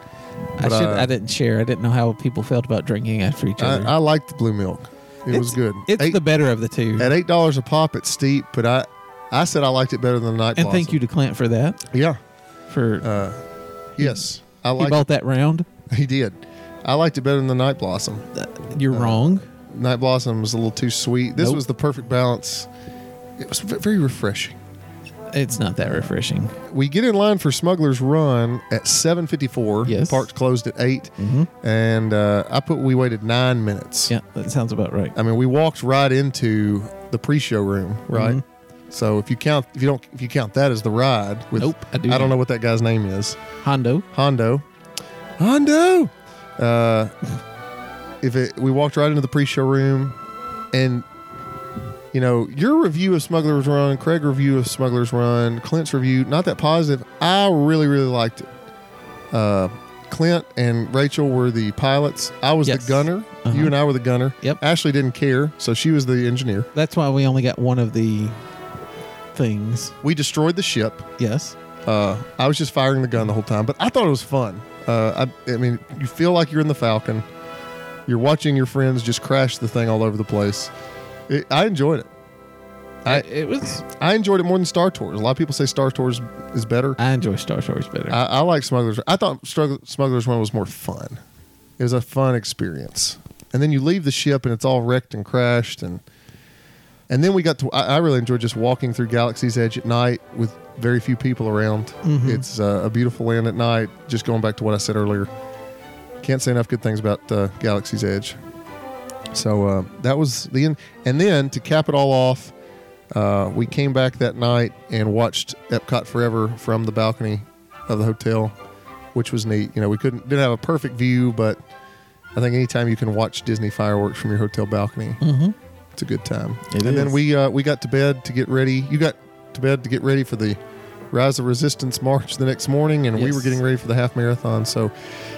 [SPEAKER 4] I
[SPEAKER 3] but,
[SPEAKER 4] should.
[SPEAKER 3] uh,
[SPEAKER 4] I didn't share. I didn't know how people felt about drinking after each
[SPEAKER 3] I,
[SPEAKER 4] other.
[SPEAKER 3] I liked the blue milk. It was
[SPEAKER 4] It's-
[SPEAKER 3] good.
[SPEAKER 4] it's
[SPEAKER 3] Eight-
[SPEAKER 4] the better of the two.
[SPEAKER 3] At eight dollars a pop, it's steep, but I, I said I liked it better than the night.
[SPEAKER 4] and thank you to Clint for that.
[SPEAKER 3] Yeah.
[SPEAKER 4] For
[SPEAKER 3] Uh, yes, I
[SPEAKER 4] he
[SPEAKER 3] liked.
[SPEAKER 4] bought that round. Uh,
[SPEAKER 3] He did. I liked it better than the night blossom.
[SPEAKER 4] You're
[SPEAKER 3] Uh,
[SPEAKER 4] wrong.
[SPEAKER 3] Night blossom was a little too sweet. This
[SPEAKER 4] Nope.
[SPEAKER 3] was the perfect balance. It was ve- very refreshing.
[SPEAKER 4] It's not that refreshing.
[SPEAKER 3] We get in line for Smuggler's Run at seven fifty four.
[SPEAKER 4] Yes. Mm-hmm.
[SPEAKER 3] Parks closed at 8 and uh, I put we waited nine minutes.
[SPEAKER 4] Yeah, that sounds about right.
[SPEAKER 3] I mean, we walked right into the pre-show room, right?
[SPEAKER 4] Mhm.
[SPEAKER 3] So if you count, if you don't, if you count that as the ride, with,
[SPEAKER 4] Nope, I do
[SPEAKER 3] I don't
[SPEAKER 4] not.
[SPEAKER 3] know what that guy's name is.
[SPEAKER 4] Hondo.
[SPEAKER 3] Hondo. Hondo. Uh, if it, we walked right into the pre-show room, and you know your review of Smuggler's Run, Craig review of Smuggler's Run, Clint's review, not that positive. I really, really liked it. Uh, Clint and Rachel were the pilots. I was
[SPEAKER 4] Yes. Uh-huh.
[SPEAKER 3] the gunner. You and I were the gunner.
[SPEAKER 4] Yep.
[SPEAKER 3] Ashley didn't care, so she was the engineer.
[SPEAKER 4] That's why we only got one of the things.
[SPEAKER 3] We destroyed the ship.
[SPEAKER 4] Yes.
[SPEAKER 3] Uh, I was just firing the gun the whole time, but I thought it was fun. Uh, I, I mean, you feel like you're in the Falcon. You're watching your friends just crash the thing all over the place. It, I enjoyed it. I-
[SPEAKER 4] it, it was.
[SPEAKER 3] I enjoyed it more than Star Tours. A lot of people say Star Tours is better.
[SPEAKER 4] I enjoy Star Wars better.
[SPEAKER 3] I, I like Smugglers. I thought Strugg- Smugglers Run was more fun. It was a fun experience. And then you leave the ship and it's all wrecked and crashed and and then we got to. I, I really enjoyed just walking through Galaxy's Edge at night with very few people around. It's uh, a beautiful land at night. Just going back to what I said earlier, can't say enough good things about uh, Galaxy's Edge. So uh, that was the end. And then to cap it all off, uh, we came back that night and watched Epcot Forever from the balcony of the hotel, which was neat. You know, we couldn't didn't have a perfect view, but I think anytime you can watch Disney fireworks from your hotel balcony, it's a good time.
[SPEAKER 4] Mm-hmm. It
[SPEAKER 3] and then
[SPEAKER 4] is.
[SPEAKER 3] we uh, we got to bed to get ready. You got to bed to get ready for the Rise of Resistance march the next morning, and we
[SPEAKER 4] Yes.
[SPEAKER 3] were getting ready for the half marathon. So,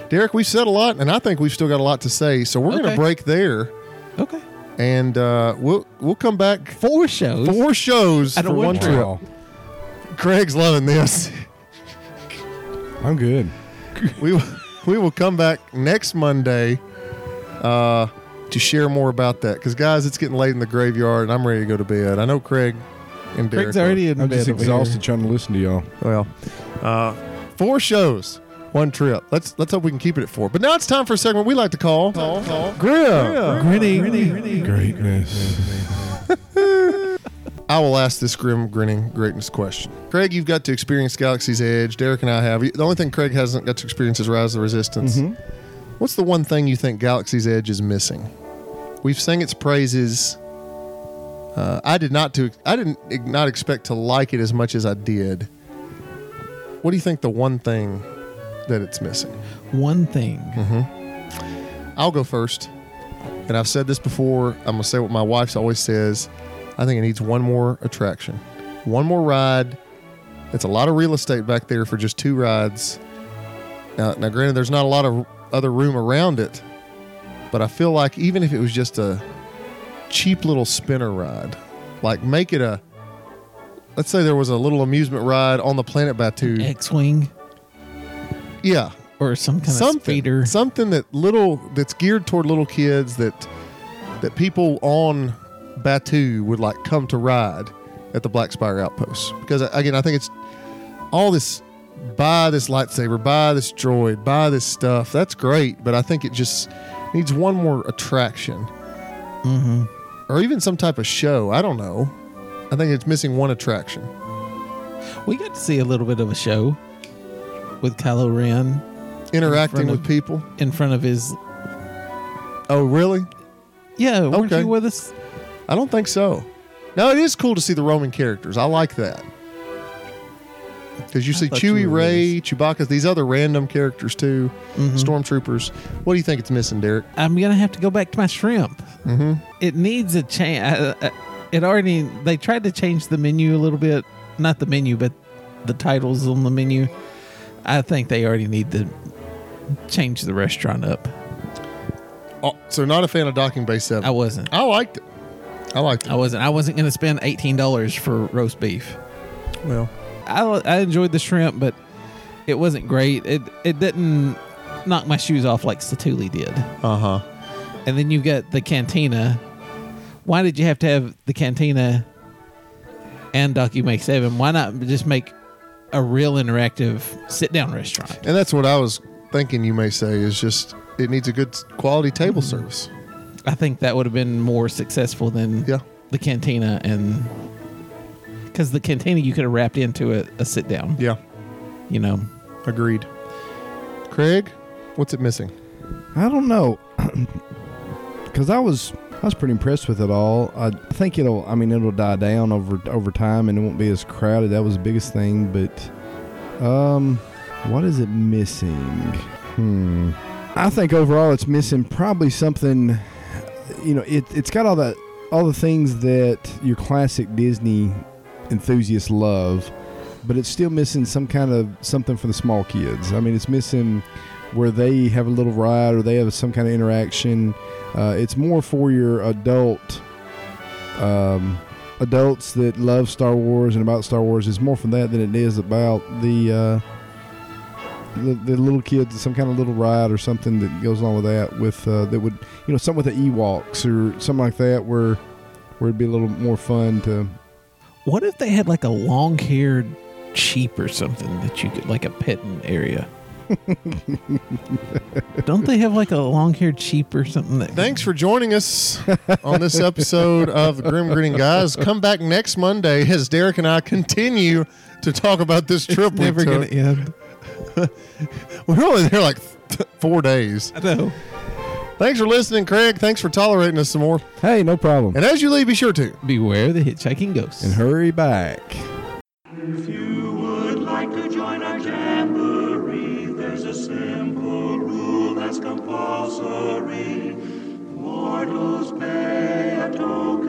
[SPEAKER 3] Derek, we've said a lot, and I think we've still got a lot to say. So we're going
[SPEAKER 4] Okay.
[SPEAKER 3] to break there,
[SPEAKER 4] okay.
[SPEAKER 3] and uh, we'll we'll come back
[SPEAKER 4] Four shows.
[SPEAKER 3] four shows
[SPEAKER 4] And a
[SPEAKER 3] for
[SPEAKER 4] one
[SPEAKER 3] one
[SPEAKER 4] trip.
[SPEAKER 3] trip. Craig's loving this.
[SPEAKER 5] I'm good.
[SPEAKER 3] we will- we will come back next Monday uh, to share more about that. Because guys, it's getting late in the graveyard, and I'm ready to go to bed. I know Craig and Derek.
[SPEAKER 4] Craig's
[SPEAKER 3] are-
[SPEAKER 4] already in
[SPEAKER 5] I'm
[SPEAKER 4] bed.
[SPEAKER 5] just
[SPEAKER 4] over
[SPEAKER 5] exhausted trying to listen to y'all.
[SPEAKER 3] Well, uh, four shows, one trip. Let's let's hope we can keep it at four. But now it's time for a segment we like to call Grim.
[SPEAKER 4] here. Grinning.
[SPEAKER 5] Greatness.
[SPEAKER 3] I will ask this grim grinning greatness question. Craig, you've got to experience Galaxy's Edge. Derek and I have. The only thing Craig hasn't got to experience is Rise of the Resistance. What's the one thing you think Galaxy's Edge is missing? We've sang its praises. Uh, I did not to. I didn't ig- not expect to like it as much as I did. What do you think the one thing that it's missing?
[SPEAKER 4] One thing.
[SPEAKER 3] Mm-hmm. I'll go first. And I've said this before. I'm going to say what my wife always says. I think it needs one more attraction, one more ride. It's a lot of real estate back there for just two rides. Now, now granted, there's not a lot of other room around it, but I feel like even if it was just a cheap little spinner ride, like make it a, let's say there was a little amusement ride on the planet Batu.
[SPEAKER 4] X-wing
[SPEAKER 3] Yeah,
[SPEAKER 4] or some kind of
[SPEAKER 3] something,
[SPEAKER 4] speeder.
[SPEAKER 3] something that little that's geared toward little kids that that people on Batu would like come to ride at the Black Spire Outpost because uh, again, I think it's all this buy this lightsaber, buy this droid, buy this stuff. That's great, but I think it just needs one more attraction, mm-hmm. or even some type of show. I don't know. I think it's missing one attraction.
[SPEAKER 4] we got to see a little bit of a show with Kylo Ren
[SPEAKER 3] Interacting
[SPEAKER 4] front of-
[SPEAKER 3] with people.
[SPEAKER 4] in front of his.
[SPEAKER 3] Oh, really?
[SPEAKER 4] Yeah, weren't
[SPEAKER 3] Okay.
[SPEAKER 4] you with us?
[SPEAKER 3] I don't think so. No, it is cool to see the Roman characters. I like that. Because you see
[SPEAKER 4] thought you
[SPEAKER 3] Chewie,
[SPEAKER 4] were
[SPEAKER 3] Ray, Chewbacca, these other random characters too, stormtroopers. What do you think it's missing, Derek?
[SPEAKER 4] I'm gonna have to go back to my shrimp. Mm-hmm. It needs a change. It already. They tried to change the menu a little bit. Not the menu, but the titles on the menu. I think they already need to change the restaurant up.
[SPEAKER 3] Oh, so not a fan of Docking Bay Seven.
[SPEAKER 4] I wasn't.
[SPEAKER 3] I liked it. I liked it.
[SPEAKER 4] I wasn't. I wasn't gonna spend eighteen dollars for roast beef.
[SPEAKER 3] well,
[SPEAKER 4] I, I enjoyed the shrimp, but it wasn't great. It it didn't knock my shoes off like Satuli did.
[SPEAKER 3] uh huh.
[SPEAKER 4] And then you got the cantina. Why did you have to have the cantina and Docu Make Seven? Why not just make a real interactive sit down restaurant?
[SPEAKER 3] And that's what I was thinking. You may say is just it needs a good quality table service.
[SPEAKER 4] I think that would have been more successful than
[SPEAKER 3] Yeah.
[SPEAKER 4] the cantina and because the cantina you could have wrapped into a, a sit down.
[SPEAKER 3] Yeah,
[SPEAKER 4] You know,
[SPEAKER 3] agreed. Craig, what's it missing?
[SPEAKER 5] I don't know, because I was I was pretty impressed with it all. I think it'll I mean it'll die down over over time and it won't be as crowded. That was the biggest thing, but um, what is it missing? Hmm. I think overall it's missing probably something. You know, it it's got all the all the things that your classic Disney enthusiasts love, but it's still missing some kind of something for the small kids. I mean, it's missing where they have a little ride or they have some kind of interaction. Uh, it's more for your adult um, adults that love Star Wars and about Star Wars. It's more for that than it is about the uh, the, the little kids some kind of little ride or something that goes along with that with uh, that would you know something with the Ewoks or something like that where where it'd be a little more fun to
[SPEAKER 4] What if they had like a long haired sheep or something that you could like a petting area? Don't they have like a long haired sheep or something that
[SPEAKER 3] Thanks for joining us on this episode of the Grim Grinning Guys. Come back next Monday as Derek and I continue to talk about this trip
[SPEAKER 4] It's
[SPEAKER 3] we
[SPEAKER 4] never gonna
[SPEAKER 3] took.
[SPEAKER 4] end.
[SPEAKER 3] We We're only there like th- four days.
[SPEAKER 4] I know.
[SPEAKER 3] Thanks for listening, Craig. Thanks for tolerating us some more.
[SPEAKER 5] hey no problem
[SPEAKER 3] And as you leave, be sure to.
[SPEAKER 4] Beware the hitchhiking ghost.
[SPEAKER 5] and hurry back.
[SPEAKER 2] If you would like to join our jamboree, there's a simple rule that's compulsory. Mortals pay a token.